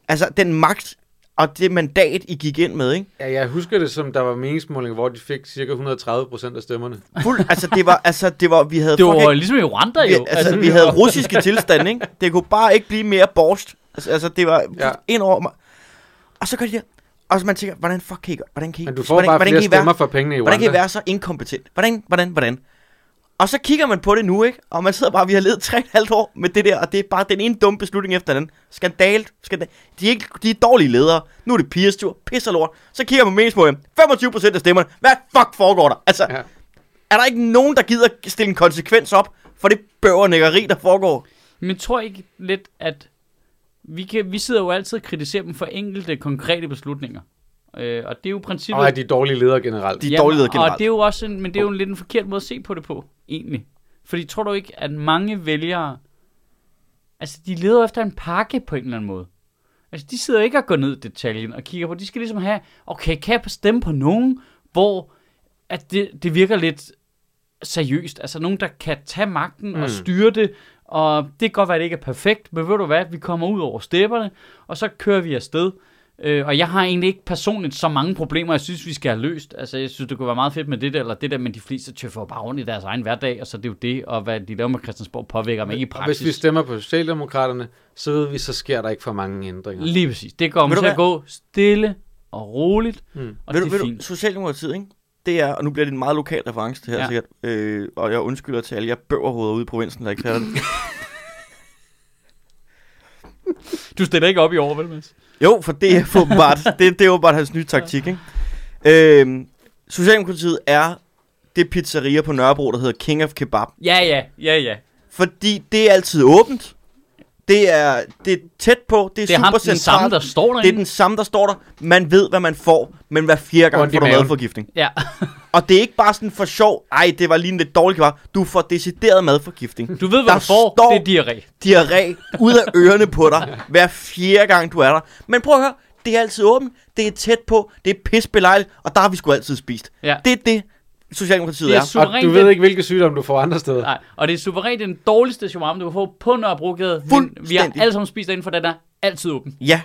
Speaker 2: Altså, den magt, og det mandat, I gik ind med, ikke?
Speaker 3: Ja, jeg husker det som, der var meningsmålinger, hvor de fik cirka 130 procent af stemmerne.
Speaker 2: Fuld, altså det var, altså det var, vi havde
Speaker 1: Det var
Speaker 2: fucking,
Speaker 1: ligesom i Rwanda
Speaker 2: vi,
Speaker 1: jo.
Speaker 2: altså, altså, vi havde russiske tilstande, ikke? Det kunne bare ikke blive mere borst. Altså, altså det var
Speaker 3: Ja.
Speaker 2: ja. ind over mig. Og så gør de det, og så man tænker, hvordan fuck kan I, gøre- hvordan kan I,
Speaker 3: Men du får
Speaker 2: hvordan,
Speaker 3: bare
Speaker 2: hvordan
Speaker 3: flere
Speaker 2: kan I være,
Speaker 3: stemmer for pengene i Rwanda.
Speaker 2: hvordan kan I være så inkompetent? Hvordan, hvordan, hvordan? Og så kigger man på det nu, ikke? Og man sidder bare, vi har levet 3,5 år med det der, og det er bare den ene dumme beslutning efter den. anden. Skandal, skandal. De er, ikke, de er dårlige ledere. Nu er det pigers tur. Pisser lort. Så kigger man på meningsmålet. 25% af stemmerne. Hvad fuck foregår der? Altså,
Speaker 3: Ja.
Speaker 2: er der ikke nogen, der gider stille en konsekvens op for det bøvernækkeri, der foregår?
Speaker 1: Men tror I ikke lidt, at vi, kan, vi sidder jo altid og kritiserer dem for enkelte konkrete beslutninger. Øh, og det er jo princippet...
Speaker 3: Og er de dårlige ledere generelt.
Speaker 2: De er dårlige ledere
Speaker 1: Og
Speaker 2: generelt.
Speaker 1: det er jo også en, men det er jo en lidt en forkert måde at se på det på, egentlig. Fordi tror du ikke, at mange vælgere... Altså, de leder jo efter en pakke på en eller anden måde. Altså, de sidder ikke og går ned i detaljen og kigger på. De skal ligesom have, okay, kan jeg stemme på nogen, hvor at det, det virker lidt seriøst. Altså, nogen, der kan tage magten mm.
Speaker 3: Mm.
Speaker 1: og styre det. Og det kan godt være, at det ikke er perfekt, men ved du hvad, vi kommer ud over stepperne, og så kører vi afsted. Øh, og jeg har egentlig ikke personligt så mange problemer, jeg synes, vi skal have løst. Altså, jeg synes, det kunne være meget fedt med det der, eller det der, men de fleste tøffer jo bare rundt i deres egen hverdag, og så er det jo det, og hvad de laver med Christiansborg påvirker mig ikke i
Speaker 3: Og hvis vi
Speaker 1: praksis.
Speaker 3: stemmer på Socialdemokraterne, så ved vi, så sker der ikke for mange ændringer.
Speaker 1: Lige præcis. Det kommer
Speaker 2: Ved du
Speaker 1: til at
Speaker 2: hvad?
Speaker 1: gå stille og roligt,
Speaker 3: Mm.
Speaker 1: og
Speaker 2: ved du,
Speaker 1: det er
Speaker 2: ved du,
Speaker 1: fint.
Speaker 2: Socialdemokratiet, ikke? Det er, og nu bliver det en meget lokal reference, det her
Speaker 1: Ja.
Speaker 2: ja. sikkert. Øh, og jeg undskylder til alle jer bøverhoveder ude i provinsen, der ikke fatter det.
Speaker 1: Du stiller ikke op i år, vel, Mads?
Speaker 2: Jo, for det er åbenbart, det, det er åbenbart hans nye taktik, ikke? Øhm, Socialdemokratiet er det pizzeria på Nørrebro, der hedder King of Kebab.
Speaker 1: Ja, ja, ja, ja.
Speaker 2: Fordi det er altid åbent. Det er, det er tæt på. Det er,
Speaker 1: Det er ham,
Speaker 2: super
Speaker 1: den samme,
Speaker 2: centralt.
Speaker 1: der står derinde.
Speaker 2: Det er den samme, der står der. Man ved, hvad man får, men hver fjerde gang
Speaker 3: Ondt i
Speaker 2: får du
Speaker 3: maven.
Speaker 2: madforgiftning.
Speaker 1: Ja,
Speaker 2: Og det er ikke bare sådan for sjov. Ej, det var lige en lidt dårlig kebab. Du får decideret madforgiftning.
Speaker 1: du ved, hvad
Speaker 2: Der
Speaker 1: du får.
Speaker 2: står-
Speaker 1: Det er diarré.
Speaker 2: diarré ud af ørerne på dig, hver fjerde gang du er der. Men prøv at høre, det er altid åbent, det er tæt på, det er pisbelejligt, og der har vi sgu altid spist.
Speaker 1: Ja.
Speaker 2: Det er det, Socialdemokratiet
Speaker 1: Det
Speaker 2: er.
Speaker 1: er su-
Speaker 2: er.
Speaker 3: Og
Speaker 1: Suverænt
Speaker 3: du ved
Speaker 1: den-
Speaker 3: ikke, hvilke sygdomme du får andre steder.
Speaker 1: Nej, og det er suverænt den dårligste shawarma, du kan få på Nørrebrogade. Men vi har
Speaker 2: Fuldstændig.
Speaker 1: alle sammen spist derinde, for den er altid åben.
Speaker 2: Ja,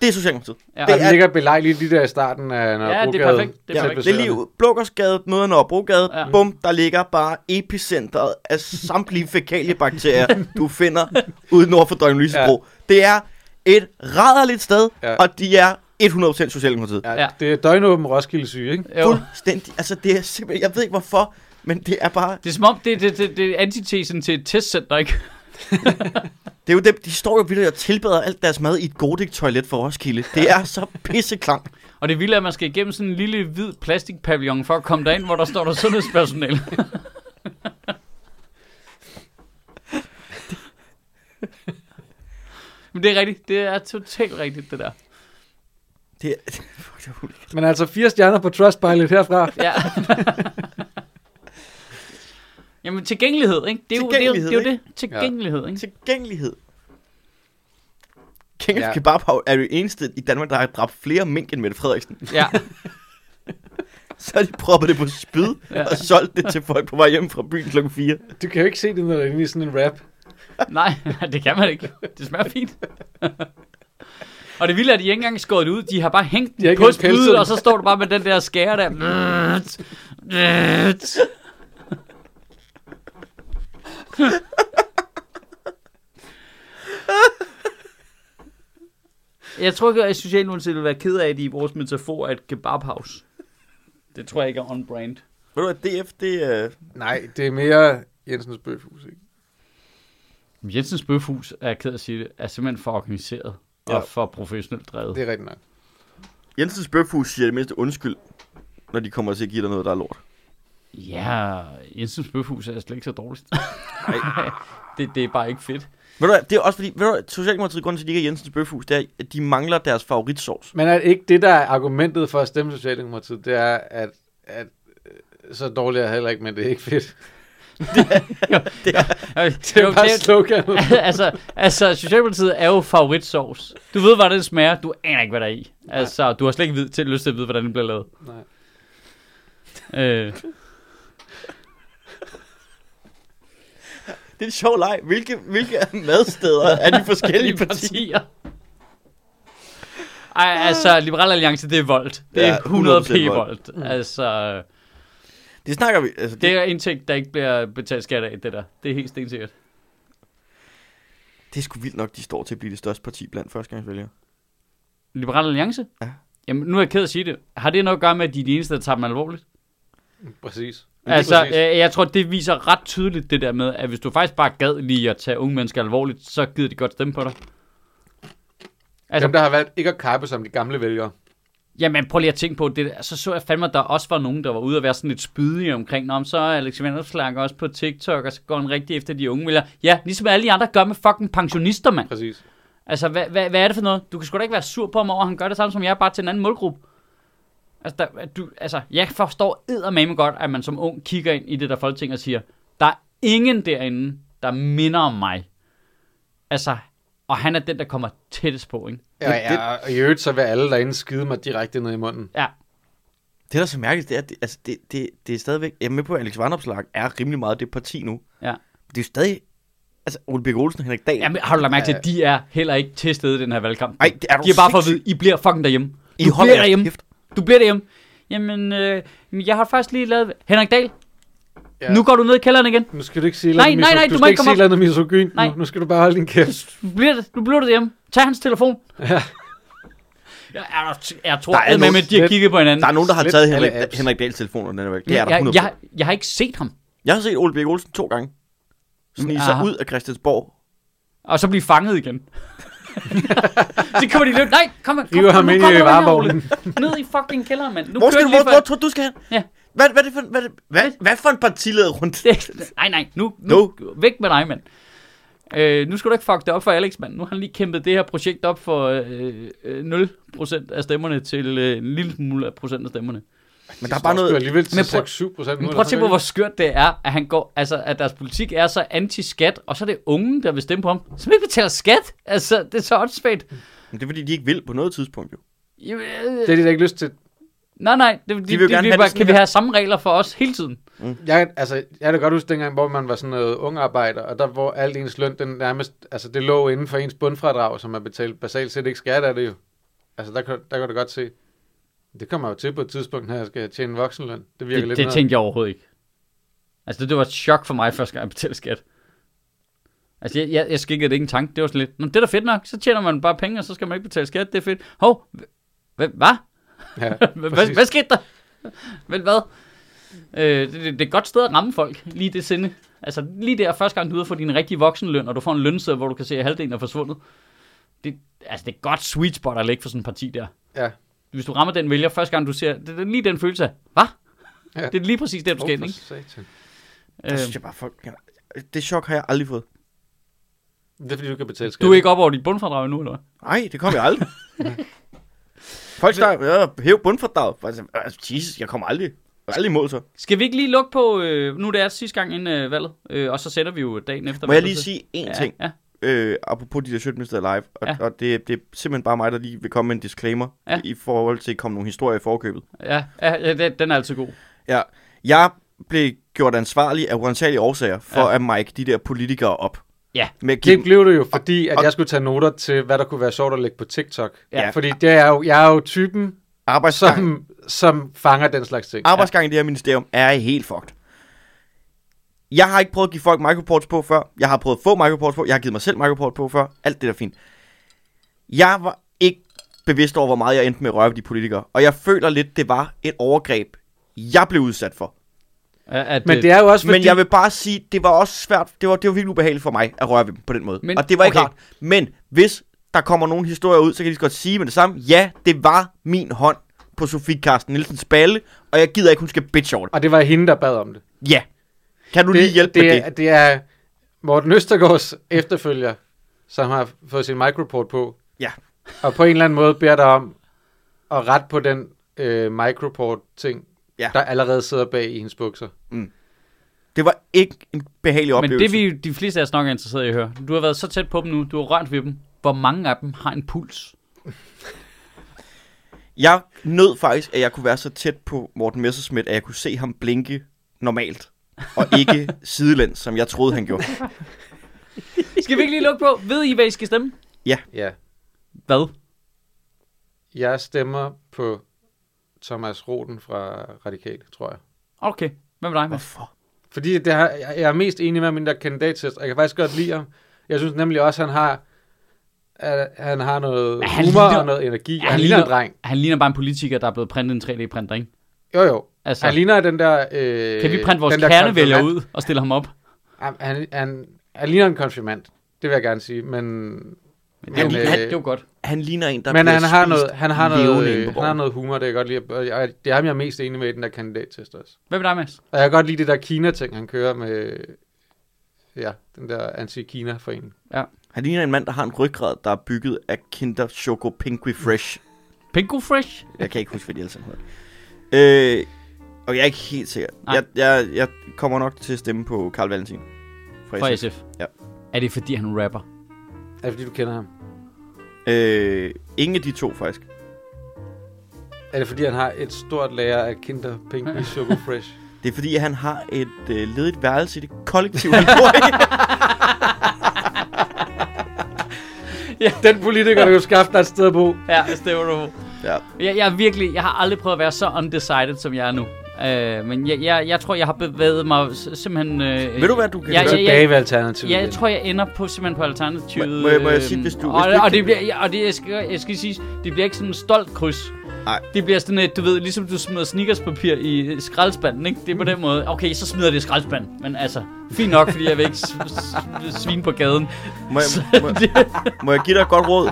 Speaker 2: det er Socialdemokratiet.
Speaker 1: Ja.
Speaker 2: det
Speaker 3: Og
Speaker 2: er-
Speaker 3: den ligger belejligt lige der i starten af Nørrebrogade.
Speaker 1: perfekt. Det er
Speaker 3: Tæt
Speaker 2: Ja,
Speaker 1: perfekt.
Speaker 3: ved
Speaker 2: det er lige
Speaker 3: søerne.
Speaker 2: ud- Blågårdsgade, møder Nørrebrogade,
Speaker 1: Ja.
Speaker 2: ja. bum, der ligger bare epicentret af samtlige fækaliebakterier, du finder ude nord for Døgn Lysebro. Ja. Det er et ræderligt sted,
Speaker 3: Ja.
Speaker 2: ja. og de er 100% Socialdemokratiet.
Speaker 3: Ja,
Speaker 1: Ja.
Speaker 3: det er døgnåben Roskilde syge, ikke?
Speaker 1: Jo.
Speaker 2: Fuldstændig. Altså, det er simpelthen... Jeg ved ikke, hvorfor, men det er bare...
Speaker 1: Det er som om, det, det, det, det er antitesen til et testcenter, ikke?
Speaker 2: Det er jo dem, de står jo vildt og tilbeder alt deres mad i et godik toilet for Roskilde. Det er så pisseklamt.
Speaker 1: Og det vilde er, at man skal igennem sådan en lille hvid plastikpavillon for at komme derind, hvor der står der sundhedspersonale. Men det er rigtigt. Det er totalt rigtigt, det der.
Speaker 2: Det er, fuck, det er ulækkert.
Speaker 3: Men altså fire stjerner på Trustpilot herfra.
Speaker 1: Ja. Jamen tilgængelighed, ikke? Det er jo det. Er, jo- det, er jo
Speaker 2: Tilgængelighed,
Speaker 1: det. Tilgængelighed, ikke?
Speaker 2: Tilgængelighed. King of
Speaker 3: Ja.
Speaker 2: ja. Kebab har jo- er jo det eneste i Danmark, der har dræbt flere mink end Mette Frederiksen.
Speaker 1: Ja.
Speaker 2: Så har de proppet det på spyd
Speaker 1: Ja.
Speaker 2: ja. og solgt det til folk på vej hjem fra byen klokken 4.
Speaker 3: Du kan jo ikke se det, når det er inde i sådan en rap.
Speaker 1: Nej, det kan man ikke. Det smager fint. og det vilde er, at de ikke engang skåret det ud. De har bare hængt
Speaker 3: De har
Speaker 1: den
Speaker 3: ikke
Speaker 1: på
Speaker 3: engang pelset
Speaker 1: spydet,
Speaker 3: den.
Speaker 1: og så står du bare med den der skære der. Jeg tror ikke, at Socialdemokratiet vil være ked af, at de i vores metafor er et kebabhouse. Det tror jeg ikke er on-brand.
Speaker 2: Ved du hvad, DF, det øh, er...
Speaker 3: Nej, det er mere Jensens bøfhus, ikke?
Speaker 1: Jensens Bøfhus, er jeg ked af at sige det, er simpelthen for organiseret ja.
Speaker 2: Ja.
Speaker 1: og for professionelt drevet.
Speaker 3: Det er rigtigt nok.
Speaker 2: Jensens Bøfhus siger det mindste undskyld, når de kommer til at give dig noget, der er lort.
Speaker 1: Ja, Jensens Bøfhus er slet ikke så dårligt. Nej. det, det er bare ikke fedt.
Speaker 2: Ved du hvad, det er også fordi, ved du hvad, Socialdemokratiet, grunden til, at de ikke er Jensens Bøfhus, det er, at de mangler deres favoritsovs.
Speaker 3: Men er det ikke det, der er argumentet for at stemme Socialdemokratiet, det er, at, at øh, så dårligt er jeg heller ikke, men det er ikke fedt.
Speaker 1: Det
Speaker 3: Det er bare sloganet.
Speaker 1: altså, altså, Socialdemokratiet er jo favoritsovs. Du ved, hvordan den smager, du aner ikke, hvad der er i. Altså, du har slet ikke vid- til, lyst til at vide, hvordan den bliver lavet.
Speaker 3: Nej.
Speaker 1: Øh,
Speaker 2: Det er en sjov leg. Hvilke, hvilke madsteder er de forskellige
Speaker 1: de
Speaker 2: partier?
Speaker 1: partier. Ej, altså, Liberal Alliance, det er voldt. Det
Speaker 2: Ja,
Speaker 1: er 100 p
Speaker 2: 100%
Speaker 1: voldt. Altså,
Speaker 2: Det snakker vi. Altså,
Speaker 1: det
Speaker 2: det,
Speaker 1: er en ting, der ikke bliver betalt skat af, det der. Det er helt stensikkert.
Speaker 2: det er sgu vildt nok, de står til at blive det største parti blandt førstegangsvælgere.
Speaker 1: Liberal Alliance?
Speaker 2: Ja.
Speaker 1: Jamen, nu er jeg ked af at sige det. Har det noget at gøre med, at de er de eneste, der tager dem alvorligt?
Speaker 3: Præcis.
Speaker 2: Lige
Speaker 1: altså,
Speaker 3: præcis.
Speaker 1: øh, jeg tror, det viser ret tydeligt det der med, at hvis du faktisk bare gad lige at tage unge mennesker alvorligt, så gider de godt stemme på dig.
Speaker 3: Altså,
Speaker 1: Altså-
Speaker 3: Dem, der har valgt ikke at kappe som de gamle vælgere.
Speaker 1: Jamen, prøv lige at tænke på det. der. Så så jeg fandme, at der også var nogen, der var ude og være sådan lidt spydige omkring. Nå, men så er Alex Vanderslag også på TikTok, og så går han rigtig efter de unge vælgere. Ja, ligesom alle de andre gør med fucking pensionister, mand.
Speaker 3: Præcis.
Speaker 1: Altså, hvad, hvad, hvad er det for noget? Du kan sgu da ikke være sur på ham over, at han gør det samme som jeg, bare til en anden målgruppe. Altså, der, at du, altså jeg forstår eddermame godt, at man som ung kigger ind i det der folketing og siger, der er ingen derinde, der minder om mig. Altså, og han er den, der kommer tættest på, ikke?
Speaker 3: Ja, ja, og i øvrigt så vil alle derinde skide mig direkte ned i munden.
Speaker 1: Ja,
Speaker 2: Det, der er så mærkeligt, det er, at det, altså, det, det, det er stadigvæk... Jeg er med på, at Alex Vandopslag er rimelig meget det parti nu.
Speaker 1: ja.
Speaker 2: Men Det er jo stadig... Altså, Ole Birk Olsen og Henrik Dahl.
Speaker 1: Jamen, har du lagt mærke til, at de er heller ikke til stede i den her valgkamp?
Speaker 2: Ej, det er du
Speaker 1: De har bare fået at
Speaker 2: sindssyg.
Speaker 1: vide, I bliver fucking derhjemme.
Speaker 2: I
Speaker 1: du
Speaker 2: holder
Speaker 1: bliver
Speaker 2: jeres
Speaker 1: derhjemme.
Speaker 2: kæft.
Speaker 1: Du bliver derhjemme. Jamen, øh, jeg har faktisk lige lavet... Henrik Dahl,
Speaker 3: Ja.
Speaker 1: ja. nu går du ned i kælderen igen.
Speaker 3: Nu skal du ikke sige
Speaker 1: Nej,
Speaker 3: noget
Speaker 1: nej, nej,
Speaker 3: du,
Speaker 1: du
Speaker 3: skal
Speaker 1: må ikke
Speaker 3: ikke
Speaker 1: komme
Speaker 3: sige
Speaker 1: op.
Speaker 3: noget misogyn.
Speaker 1: Nej.
Speaker 3: Nu, nu skal du bare holde din kæft.
Speaker 1: Du bliver, du bliver derhjemme. Tag hans telefon.
Speaker 3: Ja.
Speaker 1: Jeg, jeg, jeg tror,
Speaker 2: Der er
Speaker 1: at med,
Speaker 2: nogen-
Speaker 1: at de har
Speaker 3: Slet-
Speaker 1: kigget på hinanden.
Speaker 2: Der er nogen, der har
Speaker 3: Slet
Speaker 2: taget
Speaker 3: alle
Speaker 2: Henrik,
Speaker 3: apps.
Speaker 2: Henrik Dahls telefon, og den er væk. Det er der 100%.
Speaker 1: jeg, jeg, jeg har ikke set ham.
Speaker 2: Jeg har set Ole Birk Olsen to gange. Snige sig
Speaker 1: aha.
Speaker 2: ud af Christiansborg.
Speaker 1: Og så blive fanget igen. så kommer de løb. Nej, kom, kom, kom,
Speaker 3: River ham
Speaker 1: nu
Speaker 3: ind i
Speaker 1: kommer du her, Ole.
Speaker 3: varevognen.
Speaker 1: Ned i fucking kælderen, mand. Nu kører
Speaker 2: Hvor skal du,
Speaker 1: de lige
Speaker 2: hvor, hvor tror du, du skal hen?
Speaker 1: Ja.
Speaker 2: Hvad, hvad, er det for, hvad, er det- hvad, hvad for en partileder rundt?
Speaker 1: Det- nej, nej, nu, nu væk med dig, mand. Øh, nu skal du ikke fuck det op for Alex, mand. Nu har han lige kæmpet det her projekt op for øh, øh, 0% af stemmerne til øh, en lille smule af procent af stemmerne.
Speaker 2: Men der er bare
Speaker 3: Du
Speaker 2: noget...
Speaker 3: alligevel til
Speaker 1: Men prøv-
Speaker 3: 6-7 procent.
Speaker 1: Men prøv at tænke på, hvor skørt det er, at, han går, altså, at deres politik er så anti-skat, og så er det unge, der vil stemme på ham, som ikke betaler skat. Altså, det er så åndssvagt.
Speaker 2: Men det er fordi, de ikke vil på noget tidspunkt, jo.
Speaker 1: Jamen, øh,
Speaker 3: Det er de da ikke lyst til.
Speaker 1: Nej, nej, det, de, de
Speaker 2: vil
Speaker 1: vil
Speaker 2: gerne
Speaker 1: de,
Speaker 2: have
Speaker 1: de, bare,
Speaker 2: det sådan
Speaker 1: kan vi
Speaker 2: her.
Speaker 1: have samme regler for os hele tiden?
Speaker 3: Jeg, altså, jeg kan da godt huske dengang, hvor man var sådan noget ung arbejder, og der hvor alt ens løn, den nærmest, altså det lå inden for ens bundfradrag, som man betalte basalt set ikke skat af det jo. Altså der, kan- der kan du godt se, det kommer jeg jo til på et tidspunkt, når jeg skal tjene voksenløn. Det virker
Speaker 1: Det,
Speaker 3: lidt
Speaker 1: det
Speaker 3: ned.
Speaker 1: tænkte jeg overhovedet ikke. Altså, det, det var et chok for mig, første gang jeg betalte skat. Altså, jeg, jeg, jeg skikkede det ikke en tanke. Det var sådan lidt, Nå, det er da fedt nok. Så tjener man bare penge, og så skal man ikke betale skat. Det er fedt. Hov, hvad? Hva?
Speaker 3: Ja,
Speaker 1: Hvad,
Speaker 3: præcis.
Speaker 1: hvad skete der? Vel hvad? Øh, det, det, det er et godt sted at ramme folk, lige det sinde. Altså lige der første gang, du er ude for din rigtige voksenløn, og du får en lønseddel, hvor du kan se, at halvdelen er forsvundet. Det, altså det er et godt sweet spot at lægge for sådan en parti der.
Speaker 3: ja.
Speaker 1: Hvis du rammer den vælger første gang, du ser, det, det er lige den følelse af, hvad?
Speaker 3: Ja.
Speaker 1: Ja. Det er lige præcis det, du skal
Speaker 3: Åh,
Speaker 1: ind,
Speaker 3: for
Speaker 1: ikke?
Speaker 3: satan.
Speaker 2: Der
Speaker 1: Øh,
Speaker 2: synes jeg bare, folk... Det chok har jeg aldrig fået.
Speaker 3: Det er fordi, du kan betale skat.
Speaker 1: du er ikke op over dit bundfradrag endnu, eller hvad?
Speaker 2: Nej, det kom jeg aldrig. folk snakker, ja, hæv bundfordraget. Altså, øh, Jesus, jeg kommer aldrig, aldrig imod så.
Speaker 1: Skal vi ikke lige lukke på, øh, nu det er sidste gang inden øh, valget, øh, og så sender vi jo dagen efter
Speaker 2: Må jeg
Speaker 1: valget
Speaker 2: lige
Speaker 1: til-
Speaker 2: sige én
Speaker 1: ja,
Speaker 2: ting?
Speaker 1: Ja,
Speaker 2: øh, apropos de der Sjøtminister Live, og, ja.
Speaker 1: Ja.
Speaker 2: og det, det er simpelthen bare mig, der lige vil komme med en disclaimer, ja.
Speaker 1: Ja.
Speaker 2: i forhold til at komme nogle historier i forkøbet.
Speaker 1: ja, ja, ja den, den er altid god.
Speaker 2: Ja, jeg blev gjort ansvarlig af uansagelige årsager, for ja.
Speaker 1: Ja.
Speaker 2: at Mike de der politikere op.
Speaker 1: Ja.
Speaker 2: Med at give
Speaker 3: Det
Speaker 2: dem,
Speaker 3: blev det jo, fordi at
Speaker 2: og-
Speaker 3: jeg skulle tage noter til, hvad der kunne være sjovt at lægge på TikTok.
Speaker 2: Ja.
Speaker 3: Fordi det er jo, jeg er jo typen,
Speaker 2: arbejdsgang,
Speaker 3: som, som fanger den slags ting.
Speaker 2: arbejdsgang i det her ministerium er helt fucked. Jeg har ikke prøvet at give folk microports på før. Jeg har prøvet at få microports på. Jeg har givet mig selv microport på før. Alt det der er fint. Jeg var ikke bevidst over, hvor meget jeg endte med at røre ved de politikere. Og jeg føler lidt, det var et overgreb, jeg blev udsat for.
Speaker 1: At, at,
Speaker 3: Men
Speaker 1: øh,
Speaker 3: det er jo også fordi...
Speaker 2: Men jeg vil bare sige, det var også svært, det var, det var virkelig ubehageligt for mig at røre ved dem på den måde. Men,
Speaker 1: Men-
Speaker 2: og det var ikke
Speaker 1: okay.
Speaker 2: rart. Men hvis der kommer nogle historier ud, så kan jeg lige så godt sige med det samme, ja, det var min hånd på Sofie Karsten Nielsens balle, og jeg gider ikke, hun skal bitch over det.
Speaker 3: Og det var hende, der bad om det.
Speaker 2: Ja. Kan du det, lige hjælpe
Speaker 3: det,
Speaker 2: med det?
Speaker 3: Er, det er Morten Østergaards efterfølger, som har fået sin microport på,
Speaker 2: Ja.
Speaker 3: og på en eller anden måde beder dig om at rette på den øh, microport-ting,
Speaker 2: Ja.
Speaker 3: ja. der allerede sidder bag i hendes bukser.
Speaker 2: Det var ikke en behagelig
Speaker 1: Men
Speaker 2: oplevelse.
Speaker 1: det vi de fleste af os nok er interesseret i at høre. Du har været så tæt på dem nu, du har rørt ved dem. Hvor mange af dem har en puls?
Speaker 2: Jeg nød faktisk, at jeg kunne være så tæt på Morten Messerschmidt, at jeg kunne se ham blinke normalt. og ikke sidelæns, som jeg troede, han gjorde.
Speaker 1: Skal vi ikke lige lukke på? Ved I, hvad I skal stemme?
Speaker 3: Ja.
Speaker 1: Hvad?
Speaker 3: Jeg stemmer på Thomas Roden fra Radikale, tror jeg.
Speaker 1: Okay, hvad med dig, Mads?
Speaker 2: Hvorfor?
Speaker 3: Fordi det har, jeg jeg er mest enig med min der kandidattest, og jeg kan faktisk godt lide ham. Jeg synes nemlig også, at han har, at han har noget
Speaker 1: Men han
Speaker 3: humor
Speaker 1: ligner-
Speaker 3: og noget energi.
Speaker 1: Ja,
Speaker 3: og
Speaker 1: han
Speaker 3: han ligner en
Speaker 1: ligner-
Speaker 3: dreng.
Speaker 1: Han ligner bare en politiker, der er blevet printet en 3D-printer, ikke?
Speaker 3: Jo, jo.
Speaker 1: Altså,
Speaker 3: Han ligner den der... Øh,
Speaker 1: kan vi printe vores
Speaker 3: den der
Speaker 1: kernevælger
Speaker 3: konfirmand.
Speaker 1: ud og stille ham op?
Speaker 3: Han, han, han, han ligner en konfirmand. Det vil jeg gerne sige, men
Speaker 1: Men det, er jo,
Speaker 3: Men, øh,
Speaker 1: han, det er jo godt.
Speaker 2: Han ligner en, der
Speaker 3: men
Speaker 2: bliver
Speaker 3: han har,
Speaker 2: spist
Speaker 3: noget, han, har noget,
Speaker 2: levende inde på
Speaker 3: øh, han har
Speaker 2: borgen.
Speaker 3: noget humor, det kan jeg godt lide. Og jeg, det er ham, jeg er mest enig med i den der kandidattest også.
Speaker 1: Hvad med dig, Mads?
Speaker 3: Og jeg kan godt lide det der Kina-ting, han kører med... Ja, den der anti-Kina-forening.
Speaker 2: Han ligner en mand, der har en ryggrad, der er bygget af Kinder Choco Pinky Fresh.
Speaker 1: Pinko Fresh?
Speaker 2: Jeg kan ikke huske, hvad de alle sammen hedder. Øh, og jeg er ikke helt sikker.
Speaker 1: Nej.
Speaker 2: Jeg, jeg, jeg, kommer nok til at stemme på Karl Valentin. Fra
Speaker 1: Fra
Speaker 2: SF.
Speaker 1: SF.
Speaker 2: Ja.
Speaker 1: Er det, fordi han rapper?
Speaker 3: Er det, fordi du kender ham?
Speaker 2: Øh, ingen af de to, faktisk.
Speaker 3: Er det, fordi han har et stort lager af Kinder Pinky Choco Fresh?
Speaker 2: Det er fordi, han har et øh, ledigt værelse i det kollektive, han bor i.
Speaker 3: den politiker, der jo skaffe dig et sted at bo.
Speaker 1: Ja, det stemmer du.
Speaker 2: Ja.
Speaker 1: Jeg, jeg, er virkelig, jeg har aldrig prøvet at være så undecided, som jeg er nu. Øh, men jeg, jeg, jeg tror, jeg har bevæget mig s- simpelthen... Øh,
Speaker 2: Ved du, hvad du kan
Speaker 1: Ja,
Speaker 2: gøre?
Speaker 1: ja,
Speaker 3: Så
Speaker 1: ja.
Speaker 3: bag ved alternativet.
Speaker 1: Ja, jeg tror, jeg ender på, simpelthen på alternativet.
Speaker 2: Må- må jeg- må jeg
Speaker 1: øh,
Speaker 2: sige, hvis du-
Speaker 1: Og,
Speaker 2: hvis du
Speaker 1: og, det
Speaker 2: ikke-
Speaker 1: bliver, ja, og det, jeg, skal, jeg skal sige, det bliver ikke sådan en stolt kryds.
Speaker 2: Nej.
Speaker 1: Det bliver sådan et, du ved, ligesom du smider sneakerspapir i skraldespanden, ikke?
Speaker 2: Mm.
Speaker 1: Det er på den måde. Okay, så smider jeg det i skraldespanden. Men altså, fint nok, fordi jeg vil ikke s- s- svine på gaden.
Speaker 2: Må jeg, må, må jeg give dig et godt råd?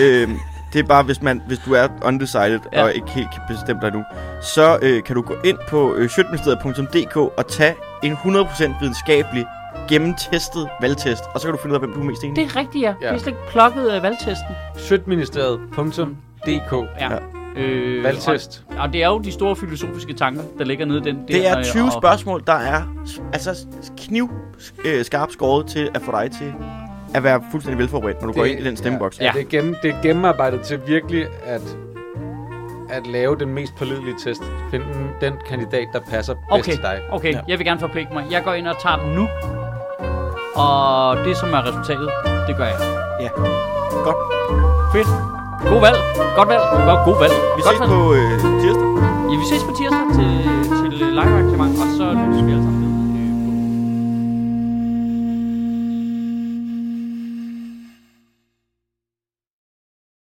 Speaker 2: Øhm, det er bare, hvis, man, hvis du er undecided
Speaker 1: Ja.
Speaker 2: ja. og ikke helt kan bestemme dig nu, så øh, kan du gå ind på øh, sjøtministeriet.dk og tage en 100% videnskabelig, gennemtestet valgtest, og så kan du finde ud af, hvem du er mest enig
Speaker 1: Det
Speaker 2: i.
Speaker 1: er rigtigt, ja.
Speaker 3: Ja.
Speaker 1: ja. Vi er slet ikke plukket af valgtesten.
Speaker 3: Sødministeriet.dk
Speaker 1: Ja. Øh,
Speaker 3: Valgtest.
Speaker 1: Og, og det er jo de store filosofiske tanker, der ligger nede i den der.
Speaker 2: Det er
Speaker 1: øh,
Speaker 2: 20
Speaker 1: og-
Speaker 2: spørgsmål, der er altså kniv øh, skarpt skåret til at få dig til at være fuldstændig velforberedt, når du det, går ind i den stemmeboks.
Speaker 3: Ja, ja. Det, er gennem, det er gennemarbejdet til virkelig at, at lave den mest pålidelige test. Find den, den kandidat, der passer bedst
Speaker 1: Okay,
Speaker 3: til dig.
Speaker 1: okay. Ja. Jeg vil gerne forpligte mig. Jeg går ind og tager den nu. Og det, som er resultatet, det gør jeg.
Speaker 2: ja. Godt.
Speaker 1: Fedt. God valg. Godt valg. Godt, god valg.
Speaker 2: Vi
Speaker 1: Godt
Speaker 2: ses
Speaker 1: valg.
Speaker 2: på øh, tirsdag.
Speaker 1: Øh.